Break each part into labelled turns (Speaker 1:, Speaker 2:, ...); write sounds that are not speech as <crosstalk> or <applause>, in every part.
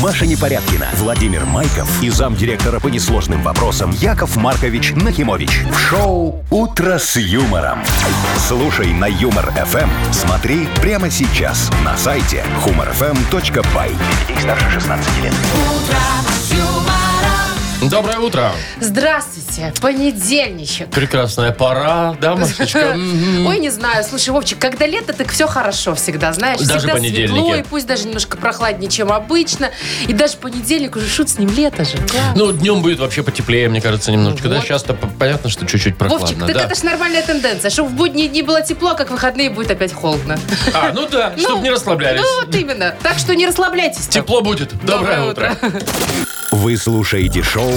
Speaker 1: Маша Непорядкина, Владимир Майков и замдиректора по несложным вопросам Яков Маркович Нахимович. В шоу «Утро с юмором». Слушай на «Юмор-ФМ». Смотри прямо сейчас на сайте humorfm.by. Для детей старше 16 лет.
Speaker 2: Доброе утро.
Speaker 3: Здравствуйте, понедельничек.
Speaker 2: Прекрасная пора, да,
Speaker 3: <laughs>
Speaker 2: Машечка?
Speaker 3: Ой, не знаю, слушай, Вовчик, когда лето, так все хорошо всегда, знаешь.
Speaker 2: Даже
Speaker 3: всегда
Speaker 2: понедельники.
Speaker 3: светло, и пусть даже немножко прохладнее, чем обычно. И даже понедельник уже шут с ним лето же. да.
Speaker 2: Ну, днем будет вообще потеплее, мне кажется, немножечко. Да,
Speaker 3: Вот.
Speaker 2: сейчас-то п- понятно, что чуть-чуть
Speaker 3: Вовчик,
Speaker 2: прохладно.
Speaker 3: так
Speaker 2: да.
Speaker 3: это ж нормальная тенденция, чтобы в будние дни было тепло, а как в выходные будет
Speaker 2: <laughs>
Speaker 3: опять холодно.
Speaker 2: А, ну да, чтобы не расслаблялись.
Speaker 3: Ну вот именно. Так что не расслабляйтесь. там.
Speaker 2: Тепло будет. Доброе,
Speaker 3: Доброе
Speaker 2: утро.
Speaker 1: Вы слушаете шоу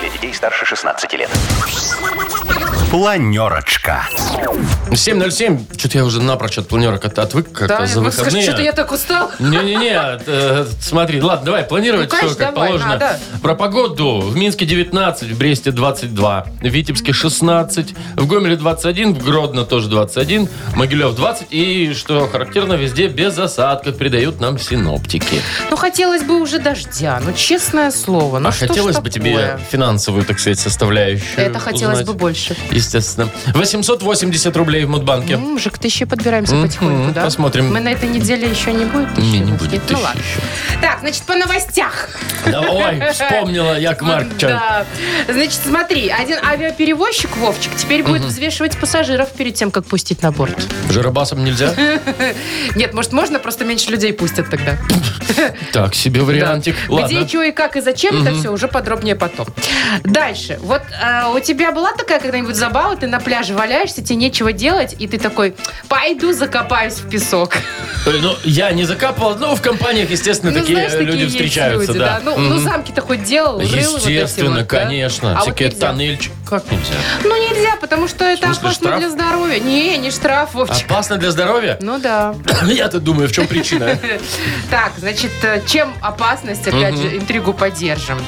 Speaker 1: Для детей старше 16 лет. Планерочка.
Speaker 2: <laughs> 7.07. Что-то я уже напрочь от планерок от- отвык как-то
Speaker 3: Да,
Speaker 2: за
Speaker 3: я скажу, что-то я
Speaker 2: а выходные.
Speaker 3: так устал.
Speaker 2: Не-не-не, э, смотри, ладно, давай планировать
Speaker 3: Ну,
Speaker 2: все
Speaker 3: конечно,
Speaker 2: как
Speaker 3: давай,
Speaker 2: положено.
Speaker 3: надо.
Speaker 2: Про погоду. В Минске 19, в Бресте 22, в Витебске 16, в Гомеле 21, в Гродно тоже 21, Могилев 20. И, что характерно, везде без осадков передают нам синоптики.
Speaker 3: Ну, хотелось бы уже дождя, ну, честное слово. Ну,
Speaker 2: а
Speaker 3: что ж
Speaker 2: хотелось бы тебе
Speaker 3: такое?
Speaker 2: финансовую, так сказать, составляющую
Speaker 3: Это хотелось
Speaker 2: узнать?
Speaker 3: бы больше.
Speaker 2: Естественно. 880 рублей в Мудбанке.
Speaker 3: М, Ну, Мужик, тысячи подбираемся
Speaker 2: Мгм,
Speaker 3: потихоньку, да?
Speaker 2: посмотрим.
Speaker 3: Мы на этой неделе еще не будет тысячи.
Speaker 2: Не, не
Speaker 3: Вовчик?
Speaker 2: будет
Speaker 3: Ну
Speaker 2: тысячи
Speaker 3: ладно.
Speaker 2: еще.
Speaker 3: Так, значит, по новостях.
Speaker 2: Да, Ой, вспомнила, Як Маркович.
Speaker 3: Да. Значит, смотри, один авиаперевозчик, Вовчик, теперь будет взвешивать пассажиров перед тем, как пустить на борт.
Speaker 2: Жиробасом нельзя?
Speaker 3: Нет, может, можно, просто меньше людей пустят тогда.
Speaker 2: <laughs> Так, себе вариантик.
Speaker 3: Да.
Speaker 2: Ладно.
Speaker 3: Где, что и как, и зачем, это все уже подробнее потом. Дальше. Вот э, у тебя была такая когда-нибудь забава, ты на пляже валяешься, тебе нечего делать, и ты такой, пойду закопаюсь в песок.
Speaker 2: Ой, Ну, я не закапывал, но в компаниях, естественно,
Speaker 3: Ну,
Speaker 2: такие э,
Speaker 3: знаешь,
Speaker 2: люди
Speaker 3: есть
Speaker 2: встречаются,
Speaker 3: люди,
Speaker 2: да.
Speaker 3: Ну,
Speaker 2: Мгм.
Speaker 3: ну, замки-то хоть делал, рыл вот эти
Speaker 2: Естественно,
Speaker 3: вот, да?
Speaker 2: конечно.
Speaker 3: А вот
Speaker 2: Всякие
Speaker 3: нельзя.
Speaker 2: тоннельчики. Как нельзя?
Speaker 3: Ну, нельзя, потому что это
Speaker 2: смысле,
Speaker 3: опасно
Speaker 2: штраф? А
Speaker 3: для здоровья. Не, не штраф, Вовчик.
Speaker 2: Опасно для здоровья?
Speaker 3: Ну да.
Speaker 2: Я-то думаю, в чем
Speaker 3: <laughs>
Speaker 2: причина.
Speaker 3: Так, значит, э, чем опасность, опять же, интригу поддержим.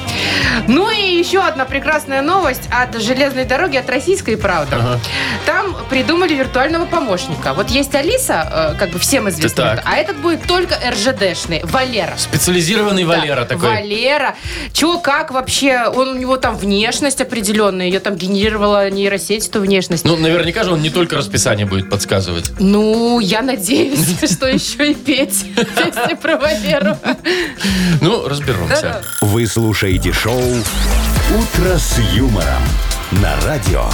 Speaker 3: Ну и еще одна прекрасная новость от железной дороги, от российской, правда.
Speaker 2: Ага.
Speaker 3: Там придумали виртуального помощника. Вот есть Алиса, э, как бы всем известная,
Speaker 2: Так.
Speaker 3: а этот будет только РЖДшный, Валера.
Speaker 2: Специализированный Валера
Speaker 3: Да,
Speaker 2: такой.
Speaker 3: Валера. Че, как вообще? Он, у него там внешность определенная. Ее там генерировала нейросеть, эту внешность. Ну,
Speaker 2: Ну, наверняка же он не только расписание будет подсказывать.
Speaker 3: я надеюсь, <laughs> что еще и <laughs> петь песни про Валеру.
Speaker 2: Ну,
Speaker 3: <laughs>
Speaker 2: разберемся.
Speaker 1: Вы слушаете шоу «Утро с юмором» на радио.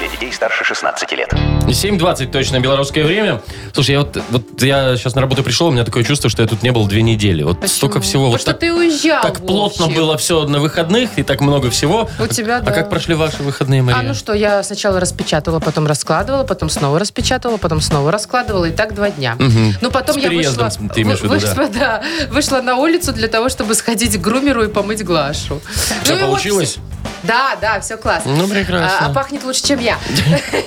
Speaker 1: Для детей старше 16 лет.
Speaker 2: 7.20 точно белорусское время. Слушай, я вот, вот я сейчас на работу пришел, у меня такое чувство, что я тут не был две недели. Вот столько всего.
Speaker 3: Потому
Speaker 2: вот
Speaker 3: что
Speaker 2: так,
Speaker 3: ты уезжал.
Speaker 2: так плотно
Speaker 3: Вовчик.
Speaker 2: было все на выходных и так много всего.
Speaker 3: У тебя,
Speaker 2: а,
Speaker 3: да.
Speaker 2: А как прошли ваши выходные, Мария?
Speaker 3: А ну что, я сначала распечатывала, потом раскладывала, потом снова распечатывала, потом снова раскладывала, и так два дня.
Speaker 2: Мгм.
Speaker 3: Ну потом
Speaker 2: С
Speaker 3: я
Speaker 2: переездом
Speaker 3: вышла,
Speaker 2: ты имеешь в виду, да.
Speaker 3: вышла, да, вышла на улицу для того, чтобы сходить к грумеру и помыть Глашу.
Speaker 2: Всё
Speaker 3: Ну и вот
Speaker 2: получилось?
Speaker 3: всё. Да, да, все классно.
Speaker 2: Ну, прекрасно.
Speaker 3: А, а пахнет лучше,
Speaker 2: <laughs>
Speaker 3: чем я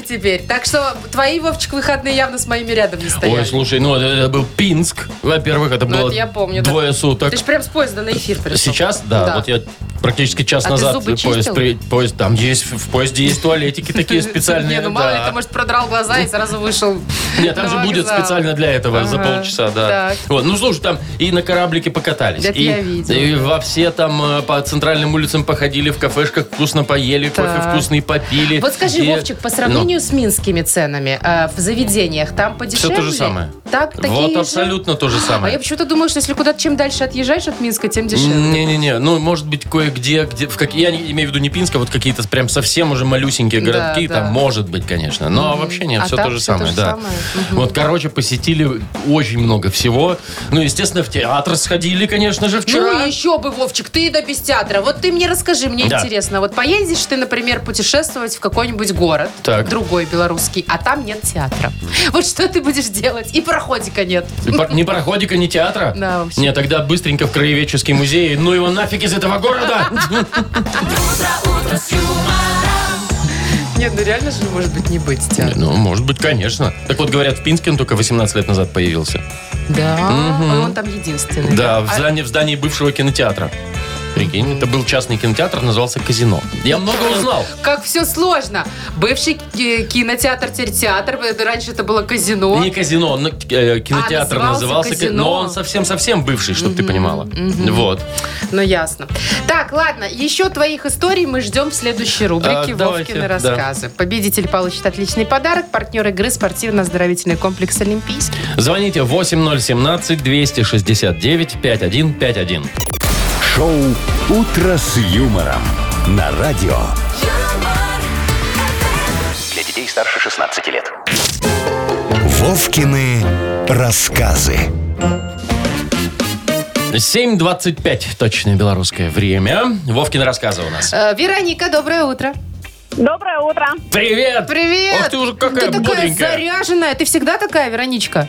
Speaker 3: теперь. Так что твои, Вовчик, выходные явно с моими рядом не
Speaker 2: Ой,
Speaker 3: стоят.
Speaker 2: слушай, ну это, это был Пинск. Во-первых, это
Speaker 3: Ну,
Speaker 2: было
Speaker 3: это я помню, да.
Speaker 2: двое суток.
Speaker 3: Ты же прям с поезда на эфир пришел.
Speaker 2: Сейчас, да, вот я практически час
Speaker 3: А ты
Speaker 2: назад
Speaker 3: зубы
Speaker 2: поезд,
Speaker 3: чистил?
Speaker 2: при- поезд там есть, в поезде есть туалетики такие
Speaker 3: <laughs>
Speaker 2: специальные.
Speaker 3: Не, ну мало ли,
Speaker 2: да.
Speaker 3: ты, может, продрал глаза и сразу вышел
Speaker 2: <laughs> Нет, там
Speaker 3: на
Speaker 2: же будет
Speaker 3: вокзал.
Speaker 2: специально для этого за
Speaker 3: Ага,
Speaker 2: полчаса, да.
Speaker 3: так.
Speaker 2: Вот, ну слушай, там и на кораблике покатались,
Speaker 3: Это
Speaker 2: и,
Speaker 3: я видела.
Speaker 2: и во все там э, по центральным улицам походили, в кафешках вкусно поели, кофе
Speaker 3: Так.
Speaker 2: вкусный попили.
Speaker 3: Вот скажи,
Speaker 2: И- Ну.
Speaker 3: Вовчик, по сравнению с минскими ценами э, в заведениях, там
Speaker 2: Всё
Speaker 3: подешевле?
Speaker 2: то же самое.
Speaker 3: Так, такие
Speaker 2: вот
Speaker 3: же?
Speaker 2: абсолютно то же
Speaker 3: А
Speaker 2: самое.
Speaker 3: я почему-то думаю, что если куда-то чем дальше отъезжаешь от Минска, тем дешевле.
Speaker 2: Не-не-не, ну, может быть, кое-где, где, в как, я не- имею в виду не Пинска, вот какие-то прям совсем уже малюсенькие
Speaker 3: Да,
Speaker 2: городки,
Speaker 3: да.
Speaker 2: там может быть, конечно, но вообще нет,
Speaker 3: А
Speaker 2: все
Speaker 3: так
Speaker 2: то же
Speaker 3: всё то
Speaker 2: самое,
Speaker 3: же
Speaker 2: да.
Speaker 3: самое?
Speaker 2: Вот, короче, посетили очень много всего, ну, естественно, в театр сходили, конечно же,
Speaker 3: Ну
Speaker 2: вчера.
Speaker 3: еще бы, Вовчик, ты да без театра. Вот ты мне расскажи, мне
Speaker 2: Да.
Speaker 3: интересно. Вот поедешь ты, например, путешествовать в какой-нибудь город,
Speaker 2: Так.
Speaker 3: другой белорусский, а там нет театра. Вот что ты будешь делать? И проходика нет.
Speaker 2: И пар- Ни пароходика, ни театра?
Speaker 3: Да, вообще.
Speaker 2: Не, тогда быстренько в краеведческий музей. Ну его нафиг из этого
Speaker 3: <laughs>
Speaker 2: города!
Speaker 3: Нет, ну реально же может быть не быть театра.
Speaker 2: Ну, может быть, конечно. Так вот, говорят, в Пинске он только 18 лет назад появился.
Speaker 3: Да, он там единственный.
Speaker 2: Да, в
Speaker 3: А-
Speaker 2: здании, в здании бывшего кинотеатра. Прикинь, это был частный кинотеатр, назывался «Казино». Я много узнал.
Speaker 3: Как все сложно. Бывший ки- кинотеатр, теперь театр. Это Раньше это было казино.
Speaker 2: Не казино, но, э, кинотеатр
Speaker 3: А,
Speaker 2: назывался,
Speaker 3: назывался
Speaker 2: ка-
Speaker 3: казино.
Speaker 2: но он совсем-совсем бывший, чтобы ты понимала. Вот.
Speaker 3: Ну, ясно. Так, ладно, еще твоих историй мы ждем в следующей рубрике
Speaker 2: А, давайте,
Speaker 3: «Вовкины
Speaker 2: да.
Speaker 3: рассказы». Победитель получит отличный подарок. Партнер игры спортивно-оздоровительный комплекс «Олимпийский».
Speaker 2: Звоните 8017-269-5151.
Speaker 1: Шоу «Утро с юмором» на радио.
Speaker 4: Для детей старше 16 лет.
Speaker 1: Вовкины рассказы.
Speaker 2: 7.25, точное белорусское время. Вовкин рассказы у нас.
Speaker 3: Э, Вероника, доброе утро.
Speaker 5: Доброе утро.
Speaker 2: Привет!
Speaker 3: Привет!
Speaker 2: Ох, ты уже какая
Speaker 3: Ты такая
Speaker 2: бодренькая.
Speaker 3: заряженная. Ты всегда такая, Вероничка?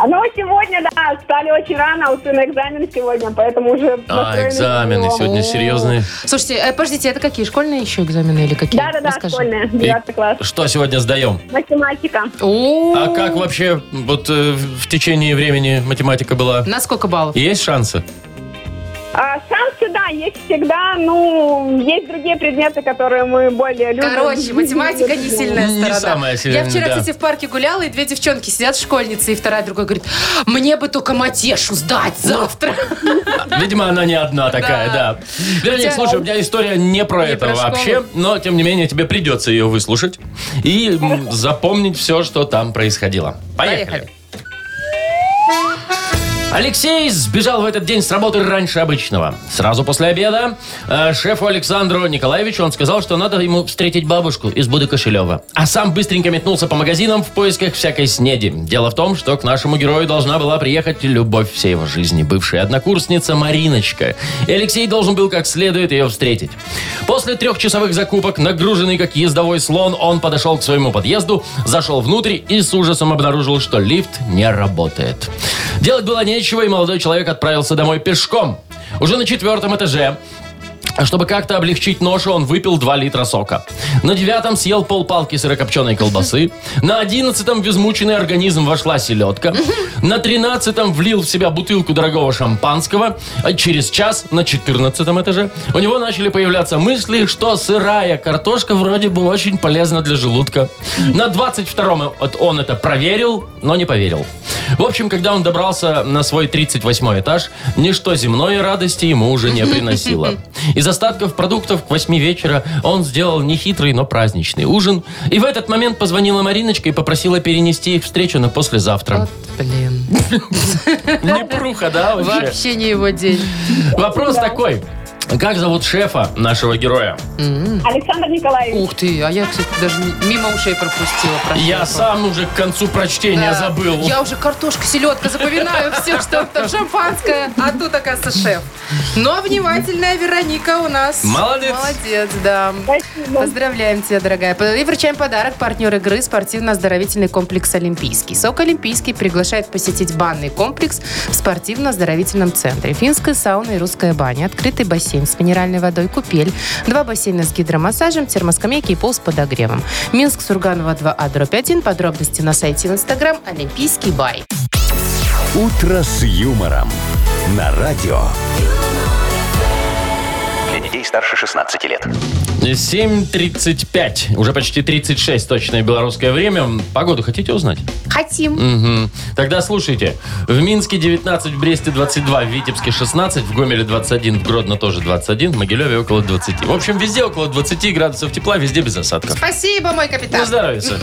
Speaker 5: Ну, сегодня, да, встали очень рано, у сына экзамен сегодня, поэтому уже...
Speaker 2: А,
Speaker 5: настроены
Speaker 2: экзамены
Speaker 5: на него.
Speaker 2: сегодня
Speaker 3: О.
Speaker 2: серьезные.
Speaker 3: Слушайте, э, подождите, это какие? Школьные еще экзамены или какие?
Speaker 5: Да-да-да,
Speaker 3: Расскажи.
Speaker 5: школьная, 9 класс.
Speaker 2: Что сегодня сдаем?
Speaker 5: Математика.
Speaker 3: О,
Speaker 2: А как вообще вот э, в течение времени математика была?
Speaker 3: На сколько баллов?
Speaker 2: Есть
Speaker 3: <laughs>
Speaker 2: шансы?
Speaker 5: А, шансы, да, есть всегда, ну, есть другие предметы, которые мы более любим. <laughs>
Speaker 3: Короче, математика не сильная
Speaker 2: Не
Speaker 3: сторона.
Speaker 2: самая сильная,
Speaker 3: Я вчера,
Speaker 2: да.
Speaker 3: кстати, в парке гуляла, и две девчонки сидят, школьницы, и вторая другой говорит, мне бы только матешу сдать завтра.
Speaker 2: Видимо, она не одна такая,
Speaker 3: Да.
Speaker 2: да. Вернее,
Speaker 3: Хотя- а
Speaker 2: слушай, у меня история не про
Speaker 3: Не
Speaker 2: это
Speaker 3: про школу.
Speaker 2: вообще, но тем не менее тебе придется ее выслушать и м, запомнить все, что там происходило. Поехали.
Speaker 3: Поехали.
Speaker 2: Алексей сбежал в этот день с работы раньше обычного. Сразу после обеда э, шефу Александру Николаевичу он сказал, что надо ему встретить бабушку из Буды Кошелева. А сам быстренько метнулся по магазинам в поисках всякой снеди. Дело в том, что к нашему герою должна была приехать любовь всей его жизни, бывшая однокурсница Мариночка. И Алексей должен был как следует ее встретить. После трехчасовых закупок, нагруженный как ездовой слон, он подошел к своему подъезду, зашел внутрь и с ужасом обнаружил, что лифт не работает. Делать было нечего, и молодой человек отправился домой пешком. Уже на четвертом этаже а Чтобы как-то облегчить ношу, он выпил 2 литра сока. На девятом съел полпалки сырокопченой колбасы. На одиннадцатом в измученный организм вошла селедка. На тринадцатом влил в себя бутылку дорогого шампанского. А через час на четырнадцатом этаже у него начали появляться мысли, что сырая картошка вроде бы очень полезна для желудка. На двадцать втором вот он это проверил, но не поверил. В общем, когда он добрался на свой 38 этаж, ничто земное радости ему уже не приносило. Из остатков продуктов к 8 вечера он сделал нехитрый, но праздничный ужин. И в этот момент позвонила Мариночка и попросила перенести их встречу на послезавтра.
Speaker 3: Вот, блин.
Speaker 2: Непруха, да, вообще?
Speaker 3: Вообще не его день.
Speaker 2: Вопрос такой. Как зовут шефа нашего героя?
Speaker 5: Александр Николаевич.
Speaker 3: Ух ты, а я, кстати, даже мимо ушей пропустила. про
Speaker 2: Я
Speaker 3: шефа.
Speaker 2: сам уже к концу прочтения
Speaker 3: Да.
Speaker 2: забыл.
Speaker 3: Я уже картошка, селедка, запоминаю все, что
Speaker 2: <laughs>
Speaker 3: там шампанское, а тут, оказывается, шеф. Но внимательная Вероника у нас.
Speaker 2: Молодец.
Speaker 3: Молодец, да.
Speaker 5: Спасибо.
Speaker 3: Поздравляем тебя, дорогая. И вручаем подарок партнер игры спортивно-оздоровительный комплекс «Олимпийский». СОК «Олимпийский» приглашает посетить банный комплекс в спортивно-оздоровительном центре. Финская сауна и русская баня, открытый бассейн с минеральной водой, купель, два бассейна с гидромассажем, термоскамейки и пол с подогревом. Минск, Сурганова 2А, дробь 1. Подробности на сайте и в Инстаграм «Олимпийский бай».
Speaker 1: «Утро с юмором» на радио.
Speaker 4: Для детей старше 16 лет.
Speaker 2: 7.35, уже почти 36 точное белорусское время. Погоду хотите узнать?
Speaker 3: Хотим.
Speaker 2: Мгм. Тогда слушайте. В Минске 19, в Бресте 22, в Витебске 16, в Гомеле 21, в Гродно тоже 21, в Могилеве около 20. В общем, везде около 20 градусов тепла, везде без осадков.
Speaker 3: Спасибо, мой капитан.
Speaker 2: Ну, здоровится.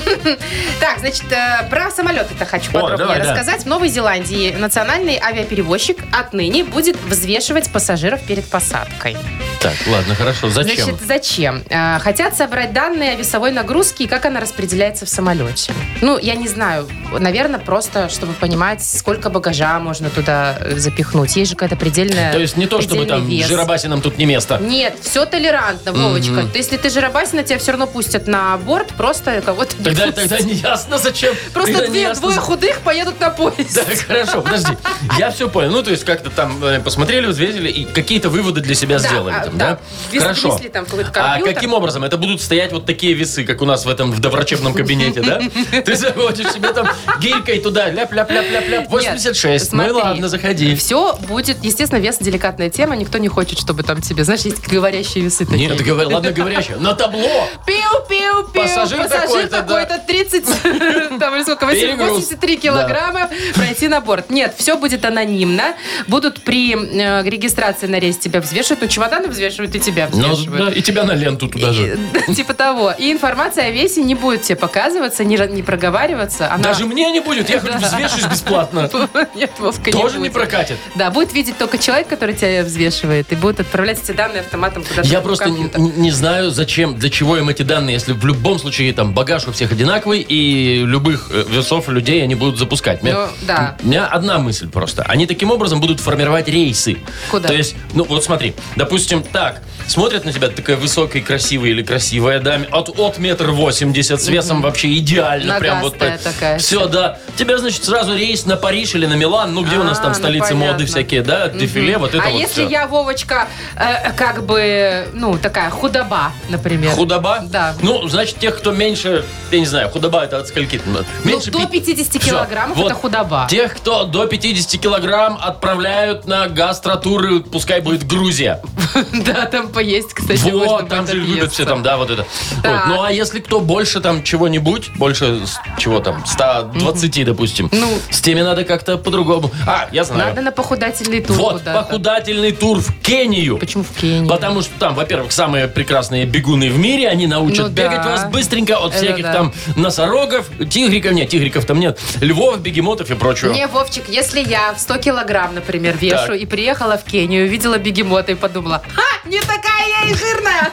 Speaker 3: Так, значит, э, про самолеты-то хочу
Speaker 2: О,
Speaker 3: подробнее
Speaker 2: давай, да.
Speaker 3: рассказать. В Новой Зеландии национальный авиаперевозчик отныне будет взвешивать пассажиров перед посадкой.
Speaker 2: Так, ладно, хорошо. Зачем?
Speaker 3: Значит, зачем? Э, Хотят собрать данные о весовой нагрузке и как она распределяется в самолете. Ну, я не знаю. Наверное, просто, чтобы понимать, сколько багажа можно туда э, запихнуть. Есть же какая-то предельная
Speaker 2: То есть не то, чтобы
Speaker 3: предельный
Speaker 2: там
Speaker 3: э, вес.
Speaker 2: жиробасинам тут не место.
Speaker 3: Нет, все толерантно, Вовочка. То Если ты жиробасина, тебя все равно пустят на борт, просто кого-то не <laughs>
Speaker 2: Тогда,
Speaker 3: пустят.
Speaker 2: тогда не ясно, зачем.
Speaker 3: Просто
Speaker 2: Тогда не
Speaker 3: две,
Speaker 2: ясно,
Speaker 3: двое худых поедут на поезд.
Speaker 2: Да, хорошо, подожди. Я все понял. Ну, то есть как-то там э, посмотрели, взвесили и какие-то выводы для себя
Speaker 3: Да,
Speaker 2: сделали.
Speaker 3: а,
Speaker 2: там, там, да?
Speaker 3: вес-
Speaker 2: Хорошо.
Speaker 3: внесли там какой-то
Speaker 2: А
Speaker 3: компьютер.
Speaker 2: каким образом? Это будут стоять вот такие весы, как у нас в этом в доврачебном кабинете, да? Ты заводишь себе там гирькой туда, ляп-ляп-ляп-ляп-ляп, 86. Ну и ладно, заходи.
Speaker 3: Все будет, естественно, вес деликатная тема. Никто не хочет, чтобы там тебе, знаешь, есть говорящие весы такие.
Speaker 2: Нет, говор- ладно, говорящая. На табло!
Speaker 3: Пиу-пиу-пиу.
Speaker 2: Пассажир такой-то, да.
Speaker 3: 30, <laughs> там или сколько,
Speaker 2: Перегруз.
Speaker 3: 83 килограмма пройти на борт. Нет, все будет анонимно. Будут при э, регистрации на рейс тебя взвешивают, ну, чемоданы взвешивают и тебя
Speaker 2: Ну,
Speaker 3: взвешивают.
Speaker 2: да, и тебя на ленту туда же.
Speaker 3: И- <laughs> Типа того. И информация о весе не будет тебе показываться, не, ра- не проговариваться. Она... <laughs>
Speaker 2: Даже мне не будет, я хоть взвешусь бесплатно.
Speaker 3: Нет, Вовка,
Speaker 2: Тоже не
Speaker 3: будет.
Speaker 2: прокатит.
Speaker 3: Да, будет видеть только человек, который тебя взвешивает, и будет отправлять эти данные автоматом куда-то
Speaker 2: Я
Speaker 3: в
Speaker 2: просто н-
Speaker 3: компьютер.
Speaker 2: не знаю, зачем, для чего им эти данные, если в любом случае там багаж у всех одинаковый, и любых э, весов людей они будут запускать. Мне-
Speaker 3: Ну, да.
Speaker 2: У меня одна мысль просто. Они таким образом будут формировать рейсы.
Speaker 3: Куда?
Speaker 2: То есть, ну вот смотри, допустим, так, смотрят на тебя такая высокая, красивая или красивая даме, от, от метр восемьдесят, с весом вообще идеально. прям вот
Speaker 3: Ногастая такая.
Speaker 2: Все, да. Тебя, значит, сразу рейс на Париж или на Милан, ну где у нас
Speaker 3: А,
Speaker 2: там
Speaker 3: ну,
Speaker 2: столицы моды
Speaker 3: понятно.
Speaker 2: всякие, да, дефиле, вот это
Speaker 3: а
Speaker 2: вот
Speaker 3: если
Speaker 2: всё.
Speaker 3: я, Вовочка, э, как бы, ну, такая худоба, например.
Speaker 2: Худоба?
Speaker 3: Э, Да.
Speaker 2: Ну, значит, тех, кто меньше, я не знаю, худоба это от скольки? Ну, Меньше
Speaker 3: до
Speaker 2: пи-
Speaker 3: 50
Speaker 2: Всё.
Speaker 3: килограммов это худоба.
Speaker 2: Тех, кто до 50 килограмм отправляют на гастротуры, пускай будет Грузия.
Speaker 3: <laughs> Да, там поесть, кстати, можно
Speaker 2: вот, там
Speaker 3: будет
Speaker 2: же любят
Speaker 3: объесться.
Speaker 2: все там, да, вот это.
Speaker 3: Так.
Speaker 2: Вот. Ну, а если кто больше там чего-нибудь, больше с- чего там, 120, допустим,
Speaker 3: Ну.
Speaker 2: с теми надо как-то по-другому. А, я знаю.
Speaker 3: Надо на похудательный тур
Speaker 2: вот,
Speaker 3: куда-то.
Speaker 2: похудательный тур в Кению.
Speaker 3: Почему в Кении?
Speaker 2: Потому что там, во-первых, самые прекрасные бегуны в мире, они научат
Speaker 3: Ну да.
Speaker 2: бегать вас быстренько от
Speaker 3: Это
Speaker 2: всяких
Speaker 3: да.
Speaker 2: там носорогов, тигриков, нет, тигриков там нет, львов, бегемотов и прочего.
Speaker 3: Не, Вовчик, если я в 100 килограмм, например, вешу
Speaker 2: Так.
Speaker 3: и приехала в Кению, увидела бегемота и подумала, ха, не такая я и жирная.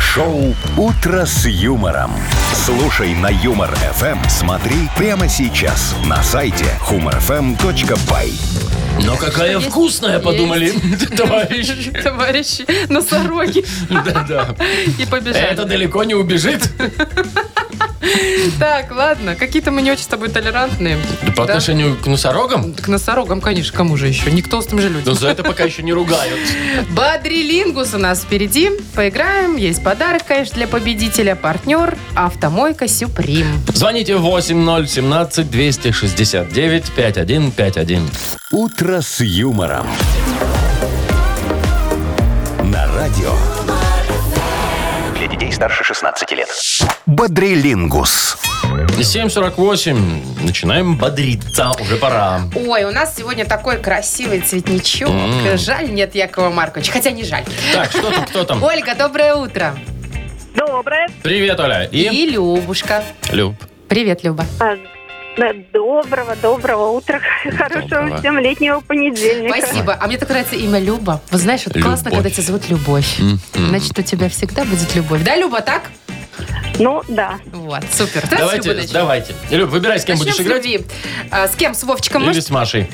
Speaker 1: Шоу «Утро с юмором». Слушай на Юмор ФМ. Смотри прямо сейчас на сайте humorfm.by.
Speaker 2: Но какая
Speaker 3: есть?
Speaker 2: вкусная, подумали <laughs> товарищи.
Speaker 3: <laughs> Товарищи,
Speaker 2: <laughs>
Speaker 3: носороги.
Speaker 2: Да-да.
Speaker 3: И побежали.
Speaker 2: Это далеко не убежит.
Speaker 3: Так, ладно, какие-то мы не очень с тобой толерантные.
Speaker 2: По
Speaker 3: Да?
Speaker 2: отношению к носорогам?
Speaker 3: К носорогам, конечно, кому же еще? Не к толстым же
Speaker 2: Но
Speaker 3: людям.
Speaker 2: за это пока еще не ругают.
Speaker 3: Бадрилингус у нас впереди. Поиграем. Есть подарок, конечно, для победителя. Партнер «Автомойка Сюприм».
Speaker 2: Звоните 8017-269-5151.
Speaker 1: «Утро с юмором». На радио
Speaker 4: Для детей старше 16 лет.
Speaker 1: «Бодрилингус».
Speaker 2: 7.48. Начинаем бодриться. Уже пора.
Speaker 3: Ой, у нас сегодня такой красивый цветничок. Жаль, нет Якова Марковича. Хотя не жаль.
Speaker 2: Так, что там, кто там?
Speaker 3: Ольга, доброе утро.
Speaker 5: Доброе.
Speaker 2: Привет, Оля. И...
Speaker 3: И Любушка.
Speaker 2: Люб.
Speaker 3: Привет, Люба.
Speaker 5: А, да, Доброго, доброго утра. Хорошего всем летнего понедельника.
Speaker 3: Спасибо. А мне так нравится имя Люба. Вы знаешь, вот классно,
Speaker 2: Любовь.
Speaker 3: когда тебя зовут Любовь. Значит, у тебя всегда будет любовь. Да, Люба, так?
Speaker 5: Ну, да.
Speaker 3: Вот, супер. Давайте,
Speaker 2: Давайте, давайте. Люб, выбирай, с кем будешь играть.
Speaker 3: А, с кем? С Вовчиком?
Speaker 2: Или
Speaker 3: Может,
Speaker 2: с Машей.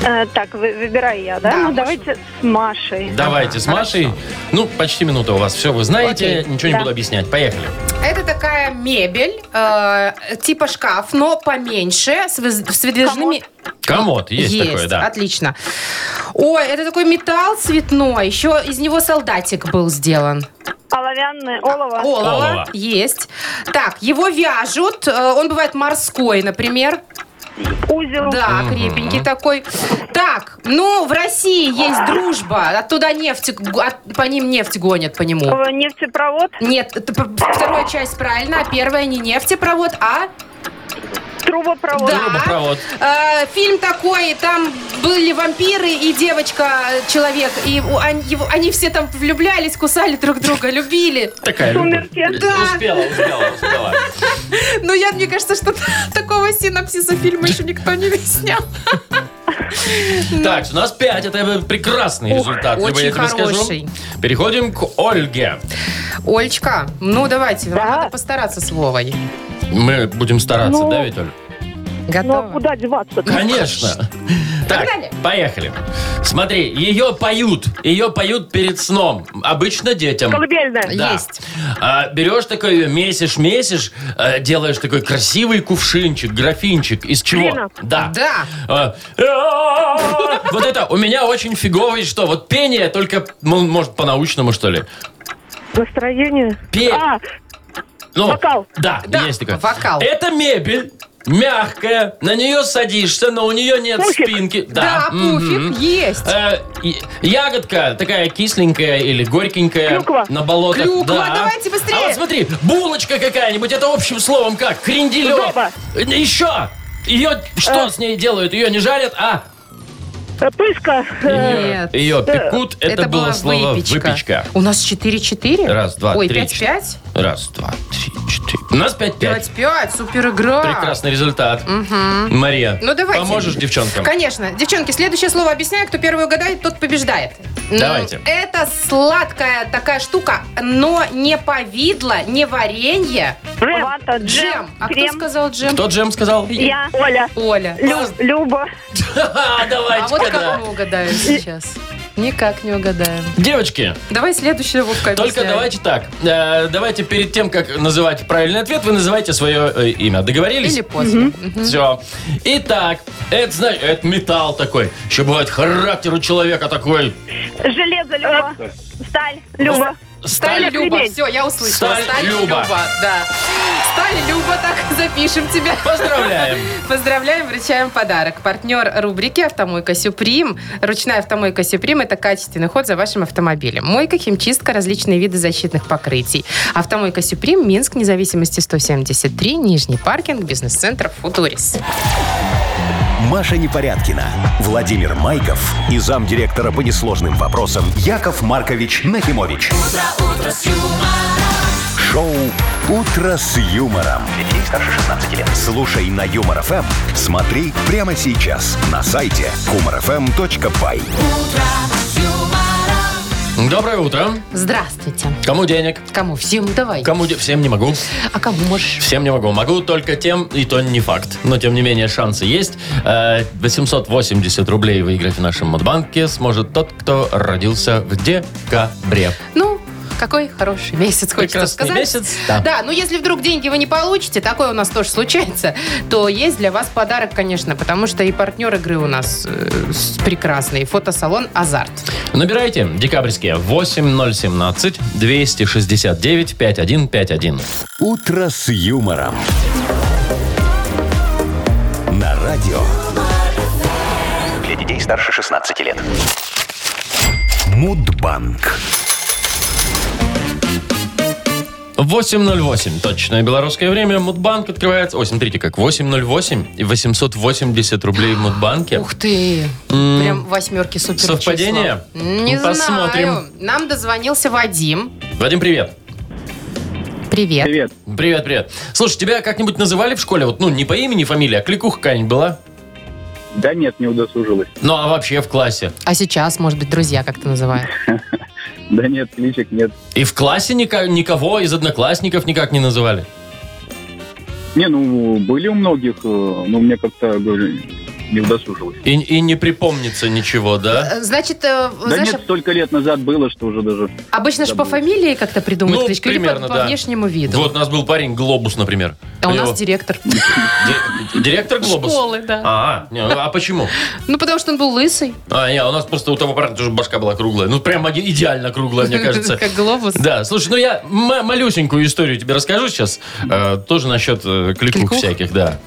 Speaker 5: Э, так, вы- выбираю я, да?
Speaker 3: Да,
Speaker 5: ну,
Speaker 3: Маша.
Speaker 5: давайте с Машей.
Speaker 2: Давайте, с Машей. Ну, почти минута у вас. Все, вы знаете, ничего не
Speaker 5: Да.
Speaker 2: буду объяснять. Поехали.
Speaker 3: Это такая мебель, э, типа шкаф, но поменьше, с, выз- с выдвижными...
Speaker 2: Комод есть, такое, да.
Speaker 3: отлично. Ой, это такой металл цветной, еще из него солдатик был сделан.
Speaker 5: Оловянное олово.
Speaker 3: Олово,
Speaker 2: Олово.
Speaker 3: есть. Так, его вяжут, э, он бывает морской, например.
Speaker 5: Узел.
Speaker 3: Да, крепенький такой. Так, ну, в России есть дружба, оттуда нефть, г- от- по ним нефть гонят, по нему.
Speaker 5: э, Нефтепровод.
Speaker 3: Нет, это п- вторая часть правильно, а первая не нефтепровод, а...
Speaker 5: Трубопровод.
Speaker 3: Да.
Speaker 2: Трубопровод.
Speaker 3: Э, фильм такой, там были вампиры и девочка-человек, и у- они, его- они все там влюблялись, кусали друг друга, любили.
Speaker 2: Такая любовь. Э,
Speaker 5: Сумерки.
Speaker 3: Да.
Speaker 2: Успела, успела, успела.
Speaker 3: Но Ну, я, мне кажется, что <laughs> такого синапсиса фильма еще никто не <laughs> снял.
Speaker 2: Так, у нас 5. Это прекрасный результат. Люба,
Speaker 3: очень
Speaker 2: я тебе
Speaker 3: хороший.
Speaker 2: скажу. Переходим к Ольге.
Speaker 3: Олечка, ну давайте, вам
Speaker 5: Да.
Speaker 3: надо постараться с Вовой.
Speaker 2: Мы будем стараться,
Speaker 5: Ну.
Speaker 2: да, ведь, Оль?
Speaker 6: Ну, а
Speaker 3: Готово?
Speaker 6: куда деваться?
Speaker 2: Конечно. Так,
Speaker 3: Погнали.
Speaker 2: поехали. Смотри, ее поют. Ее поют перед сном. Обычно детям.
Speaker 6: Колыбельная.
Speaker 2: Да.
Speaker 3: Есть.
Speaker 2: А, берешь такой, ее месишь, месишь, э, делаешь такой красивый кувшинчик, графинчик. Из чего?
Speaker 6: Глина.
Speaker 2: Да.
Speaker 3: Да.
Speaker 2: А, «А-а-а». Вот это у меня очень фиговый, что вот пение, только, ну, может, по-научному, что ли.
Speaker 6: Настроение.
Speaker 2: Пе-
Speaker 6: А,
Speaker 2: Ну,
Speaker 6: Вокал.
Speaker 2: Да,
Speaker 3: Да,
Speaker 2: есть такое.
Speaker 3: вокал.
Speaker 2: Это мебель. Мягкая, на нее садишься, но у нее нет
Speaker 6: Пуфик.
Speaker 2: спинки.
Speaker 3: Да,
Speaker 2: мгм.
Speaker 3: пуфик есть.
Speaker 2: Э, и- ягодка такая кисленькая или горькенькая
Speaker 6: Клюква.
Speaker 2: на болотах.
Speaker 3: Клюква,
Speaker 2: да.
Speaker 3: давайте быстрее.
Speaker 2: А вот смотри, булочка какая-нибудь, это общим словом как? Кренделек.
Speaker 6: Жопа.
Speaker 2: Еще. Ее что с ней делают? Ее не жарят, а
Speaker 6: э, пыска. э,
Speaker 3: Нет.
Speaker 2: ее пекут. Это, было
Speaker 3: была
Speaker 2: слово
Speaker 3: У нас 4-4?
Speaker 2: Раз, два,
Speaker 3: Ой,
Speaker 2: три,
Speaker 3: 5-5?
Speaker 2: Раз, два, три, четыре. У нас пять-пять.
Speaker 3: 5-5, супер игра.
Speaker 2: Прекрасный результат. Мария,
Speaker 3: Ну, давайте.
Speaker 2: поможешь девчонкам?
Speaker 3: Конечно. Девчонки, следующее слово объясняю. Кто первый угадает, тот побеждает. М,
Speaker 2: Давайте.
Speaker 3: Это сладкая такая штука, но не повидло, не варенье.
Speaker 6: джем.
Speaker 5: Вата, джем,
Speaker 3: Джем. А
Speaker 5: крем.
Speaker 3: кто сказал джем?
Speaker 2: Кто джем сказал? <laughs>
Speaker 5: Я,
Speaker 6: Оля.
Speaker 3: Оля.
Speaker 5: Лю- Люба.
Speaker 2: Ха-ха,
Speaker 3: А вот
Speaker 2: Давайте-ка, да.
Speaker 3: как мы угадаем сейчас? Никак не угадаем.
Speaker 2: Девочки,
Speaker 3: Давай следующее, Вовка,
Speaker 2: Только
Speaker 3: объясняй.
Speaker 2: давайте так. Э, давайте перед тем, как называть правильный ответ, вы называйте свое э, имя. Договорились?
Speaker 3: Или после.
Speaker 2: Все. Итак, это, знаешь, это металл такой. Еще бывает характер у человека такой.
Speaker 5: Железо, Люба.
Speaker 3: Э,
Speaker 5: Сталь, Люба.
Speaker 3: Сталь Люба.
Speaker 6: Кремень.
Speaker 3: Все, я услышала.
Speaker 2: Сталь Люба.
Speaker 3: Да. Сталь Люба, так запишем тебя.
Speaker 2: Поздравляем.
Speaker 3: Поздравляем, вручаем подарок. Партнер рубрики «Автомойка Сюприм». Ручная «Автомойка Сюприм» – это качественный ход за вашим автомобилем. Мойка, химчистка, различные виды защитных покрытий. «Автомойка Сюприм», Минск, независимости 173, Нижний паркинг, бизнес-центр «Футурис».
Speaker 1: Маша Непорядкина, Владимир Майков и замдиректора по несложным вопросам Яков Маркович Нахимович. Шоу Утро с юмором.
Speaker 4: Детей старше 16 лет.
Speaker 1: Слушай на юмор ФМ. Смотри прямо сейчас на сайте humorfm.by.
Speaker 2: Доброе утро.
Speaker 3: Здравствуйте.
Speaker 2: Кому денег?
Speaker 3: Кому? Всем давай.
Speaker 2: Кому де- Всем не могу.
Speaker 3: А кому можешь?
Speaker 2: Всем не могу. Могу только тем, и то не факт. Но, тем не менее, шансы есть. Э, 880 рублей выиграть в нашем Модбанке сможет тот, кто родился в декабре.
Speaker 3: Ну, какой хороший месяц, хочется
Speaker 2: Прекрасный
Speaker 3: сказать.
Speaker 2: месяц, да.
Speaker 3: ну если вдруг деньги вы не получите, такое у нас тоже случается, то есть для вас подарок, конечно, потому что и партнер игры у нас э, с- прекрасный. Фотосалон «Азарт».
Speaker 2: Набирайте декабрьские 8017 269 5151.
Speaker 1: Утро с юмором. На радио
Speaker 4: Для детей старше 16 лет.
Speaker 1: Мудбанк.
Speaker 2: 808. Точное белорусское время. Мудбанк открывается. Ой, смотрите, как 808 и 880 рублей в Мудбанке.
Speaker 3: Ух ты! Прям восьмерки супер
Speaker 2: Совпадение?
Speaker 3: число. Не
Speaker 2: Ну, посмотрим.
Speaker 3: знаю. Нам дозвонился Вадим.
Speaker 2: Вадим, привет.
Speaker 3: Привет.
Speaker 2: Привет, привет. Слушай, тебя как-нибудь называли в школе? Вот, ну, не по имени, фамилия, а кликуха какая-нибудь была?
Speaker 7: Да нет, не удосужилась.
Speaker 2: Ну, а вообще в классе?
Speaker 3: А сейчас, может быть, друзья как-то называют.
Speaker 7: Да нет, кличек нет.
Speaker 2: И в классе ника- никого из одноклассников никак не называли?
Speaker 7: Не, ну, были у многих, э, но мне как-то, говорю, не удосужилось.
Speaker 2: И, и не припомнится ничего, да?
Speaker 3: Э, Значит, э,
Speaker 7: Да
Speaker 3: знаешь,
Speaker 7: нет, столько лет назад было, что уже даже...
Speaker 3: обычно же по
Speaker 7: забыл.
Speaker 3: фамилии как-то придумывают
Speaker 2: Ну,
Speaker 3: кличку или по-
Speaker 2: примерно,
Speaker 3: по,
Speaker 2: да.
Speaker 3: внешнему виду.
Speaker 2: Вот у нас был парень Глобус, например.
Speaker 3: А у
Speaker 2: Его-
Speaker 3: нас директор
Speaker 2: Ди- Директор Глобус?
Speaker 3: школы, да.
Speaker 2: А, не, ну, а почему?
Speaker 3: Ну, потому что он был лысый.
Speaker 2: А, не, у нас просто у того парня тоже башка была круглая. Ну, прям оди- идеально круглая, мне кажется.
Speaker 3: <laughs> Как глобус.
Speaker 2: Да, слушай, ну я м- малюсенькую историю тебе расскажу сейчас. э, тоже насчет э, кликух,
Speaker 3: Кликух?
Speaker 2: всяких, да.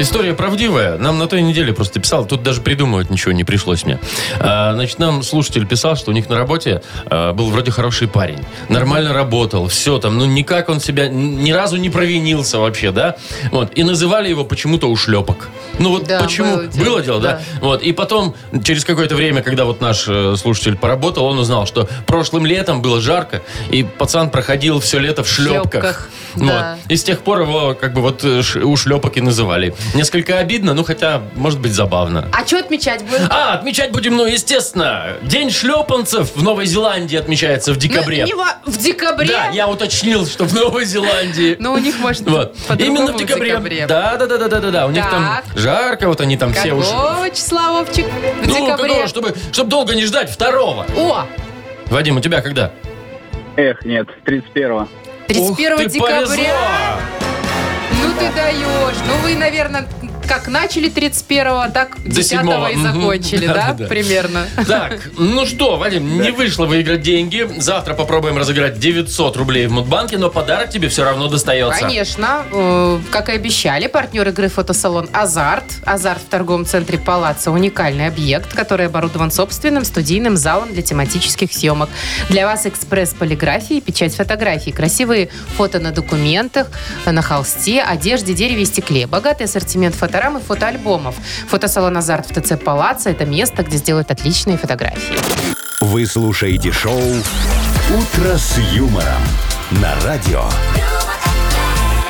Speaker 2: История правдивая. Нам на той неделе просто писал. Тут даже придумывать ничего не пришлось мне. А, значит, нам слушатель писал, что у них на работе а, был вроде хороший парень. Нормально работал. Все там. Ну, никак он себя н- ни разу не провинился вообще, да? Вот. И называли его почему-то ушлепок. Ну, вот
Speaker 3: Да,
Speaker 2: почему...
Speaker 3: было дело,
Speaker 2: Было дело, да?
Speaker 3: да.
Speaker 2: Вот. И потом, через какое-то время, когда вот наш э, слушатель поработал, он узнал, что прошлым летом было жарко, и пацан проходил все лето в шлепках.
Speaker 3: шлепках, да.
Speaker 2: Вот. И с тех пор его как бы вот э, ш- у шлепок и называли. Несколько обидно, ну хотя, может быть, забавно.
Speaker 3: А что отмечать будем?
Speaker 2: А, отмечать будем, ну, естественно, День шлепанцев в Новой Зеландии отмечается в декабре.
Speaker 3: Ну, не во- в декабре?
Speaker 2: Да, я уточнил, что в Новой Зеландии.
Speaker 3: Ну, у них, может,
Speaker 2: Вот.
Speaker 3: по-другому
Speaker 2: Именно в декабре. Да, да, да, да, да, да, да. У них там
Speaker 3: Так.
Speaker 2: жарко, вот они там все
Speaker 3: Какого
Speaker 2: уже.
Speaker 3: числа, Вовчик? В
Speaker 2: Ну,
Speaker 3: декабре?
Speaker 2: какого, чтобы, чтобы долго не ждать, второго.
Speaker 3: О,
Speaker 2: Вадим, у тебя когда?
Speaker 7: Эх, нет, 31-го.
Speaker 2: Ух
Speaker 3: 31
Speaker 2: ты,
Speaker 3: декабря?
Speaker 2: повезло!
Speaker 3: Ну ты даешь. Ну вы, наверное, как начали 31-го, так 10
Speaker 2: седьмого.
Speaker 3: и
Speaker 2: Мгм. <laughs>
Speaker 3: закончили, да?
Speaker 2: Да-да-да.
Speaker 3: Примерно.
Speaker 2: Так, ну что, Вадим, не вышло выиграть деньги. Завтра попробуем разыграть 900 рублей в Мудбанке, но подарок тебе все равно достается.
Speaker 3: Конечно, э, как и обещали, партнер игры фотосалон «Азарт». «Азарт» в торговом центре «Палаца» – уникальный объект, который оборудован собственным студийным залом для тематических съемок. Для вас экспресс полиграфии, печать фотографий, красивые фото на документах, э, на холсте, одежде, дереве и стекле, богатый ассортимент фоторам и фотоальбомов. Фотосалон «Азарт» в ТЦ «Палаца» – это место, где сделают отличные фотографии.
Speaker 1: Вы слушаете шоу «Утро с юмором» на радио.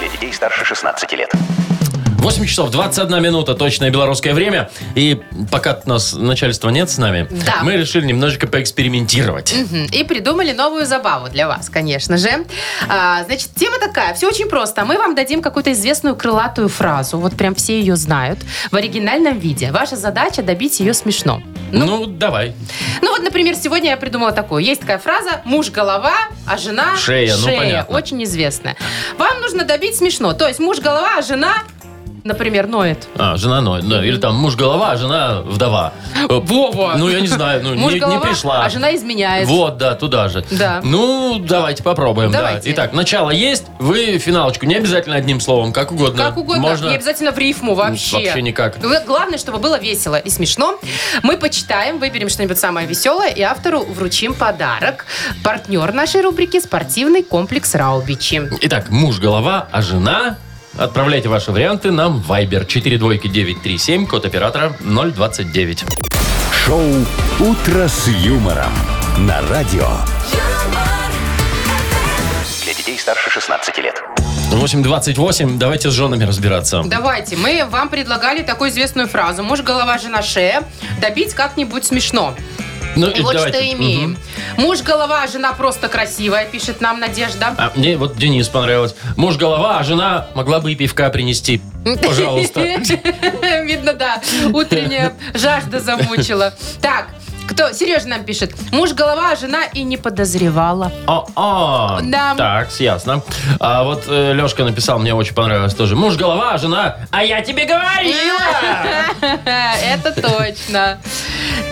Speaker 4: Для детей старше 16 лет.
Speaker 2: 8 часов 21 минута, точное белорусское время. И пока нас начальства нет с нами,
Speaker 3: Да.
Speaker 2: мы решили немножечко поэкспериментировать.
Speaker 3: Мгм. И придумали новую забаву для вас, конечно же. А, значит, тема такая. Все очень просто. Мы вам дадим какую-то известную крылатую фразу. Вот прям все ее знают. В оригинальном виде. Ваша задача добить ее смешно.
Speaker 2: Ну, давай.
Speaker 3: Ну вот, например, сегодня я придумала такую. Есть такая фраза «муж – голова, а жена –
Speaker 2: Шея, ну, понятно.
Speaker 3: Очень известная. Вам нужно добить смешно. То есть муж – голова, а жена, например, ноет.
Speaker 2: А, жена ной. да, или там муж голова, а жена вдова. Э,
Speaker 3: Вова.
Speaker 2: Ну, я не знаю, ну,
Speaker 3: Муж
Speaker 2: не, не
Speaker 3: голова,
Speaker 2: пришла.
Speaker 3: а жена изменяет.
Speaker 2: Вот, да, туда же.
Speaker 3: Да.
Speaker 2: Ну, давайте попробуем,
Speaker 3: Давайте.
Speaker 2: да. Итак, начало есть, вы финалочку, не обязательно одним словом, как угодно.
Speaker 3: Как угодно,
Speaker 2: Ну, Можно...
Speaker 3: не обязательно в рифму вообще.
Speaker 2: Вообще никак.
Speaker 3: Гла- Главное, чтобы было весело и смешно. Мы почитаем, выберем что-нибудь самое веселое и автору вручим подарок. Партнер нашей рубрики – спортивный комплекс «Раубичи».
Speaker 2: Итак, муж голова, а жена... Отправляйте ваши варианты нам в Viber 42937, код оператора 029.
Speaker 1: Шоу «Утро с юмором» на радио.
Speaker 4: Для детей старше 16 лет.
Speaker 2: 828, давайте с женами разбираться.
Speaker 3: Давайте, мы вам предлагали такую известную фразу. Муж, голова, жена, шея. Добить как-нибудь смешно.
Speaker 2: Ну,
Speaker 3: И вот
Speaker 2: давайте.
Speaker 3: что имеем.
Speaker 2: Мгм.
Speaker 3: Муж, голова, жена просто красивая, пишет нам Надежда.
Speaker 2: А мне вот Денис понравилось. Муж голова, а жена могла бы и пивка
Speaker 3: <laughs>
Speaker 2: принести. Пожалуйста.
Speaker 3: Видно, да. Утренняя жажда замучила. Так, кто? Сережа нам пишет. Муж голова, а жена и не подозревала.
Speaker 2: А,
Speaker 3: Да.
Speaker 2: Так, ясно. А вот Лешка написал, мне очень понравилось тоже. Муж голова, а жена. А я тебе говорила!
Speaker 3: <laughs> Это точно.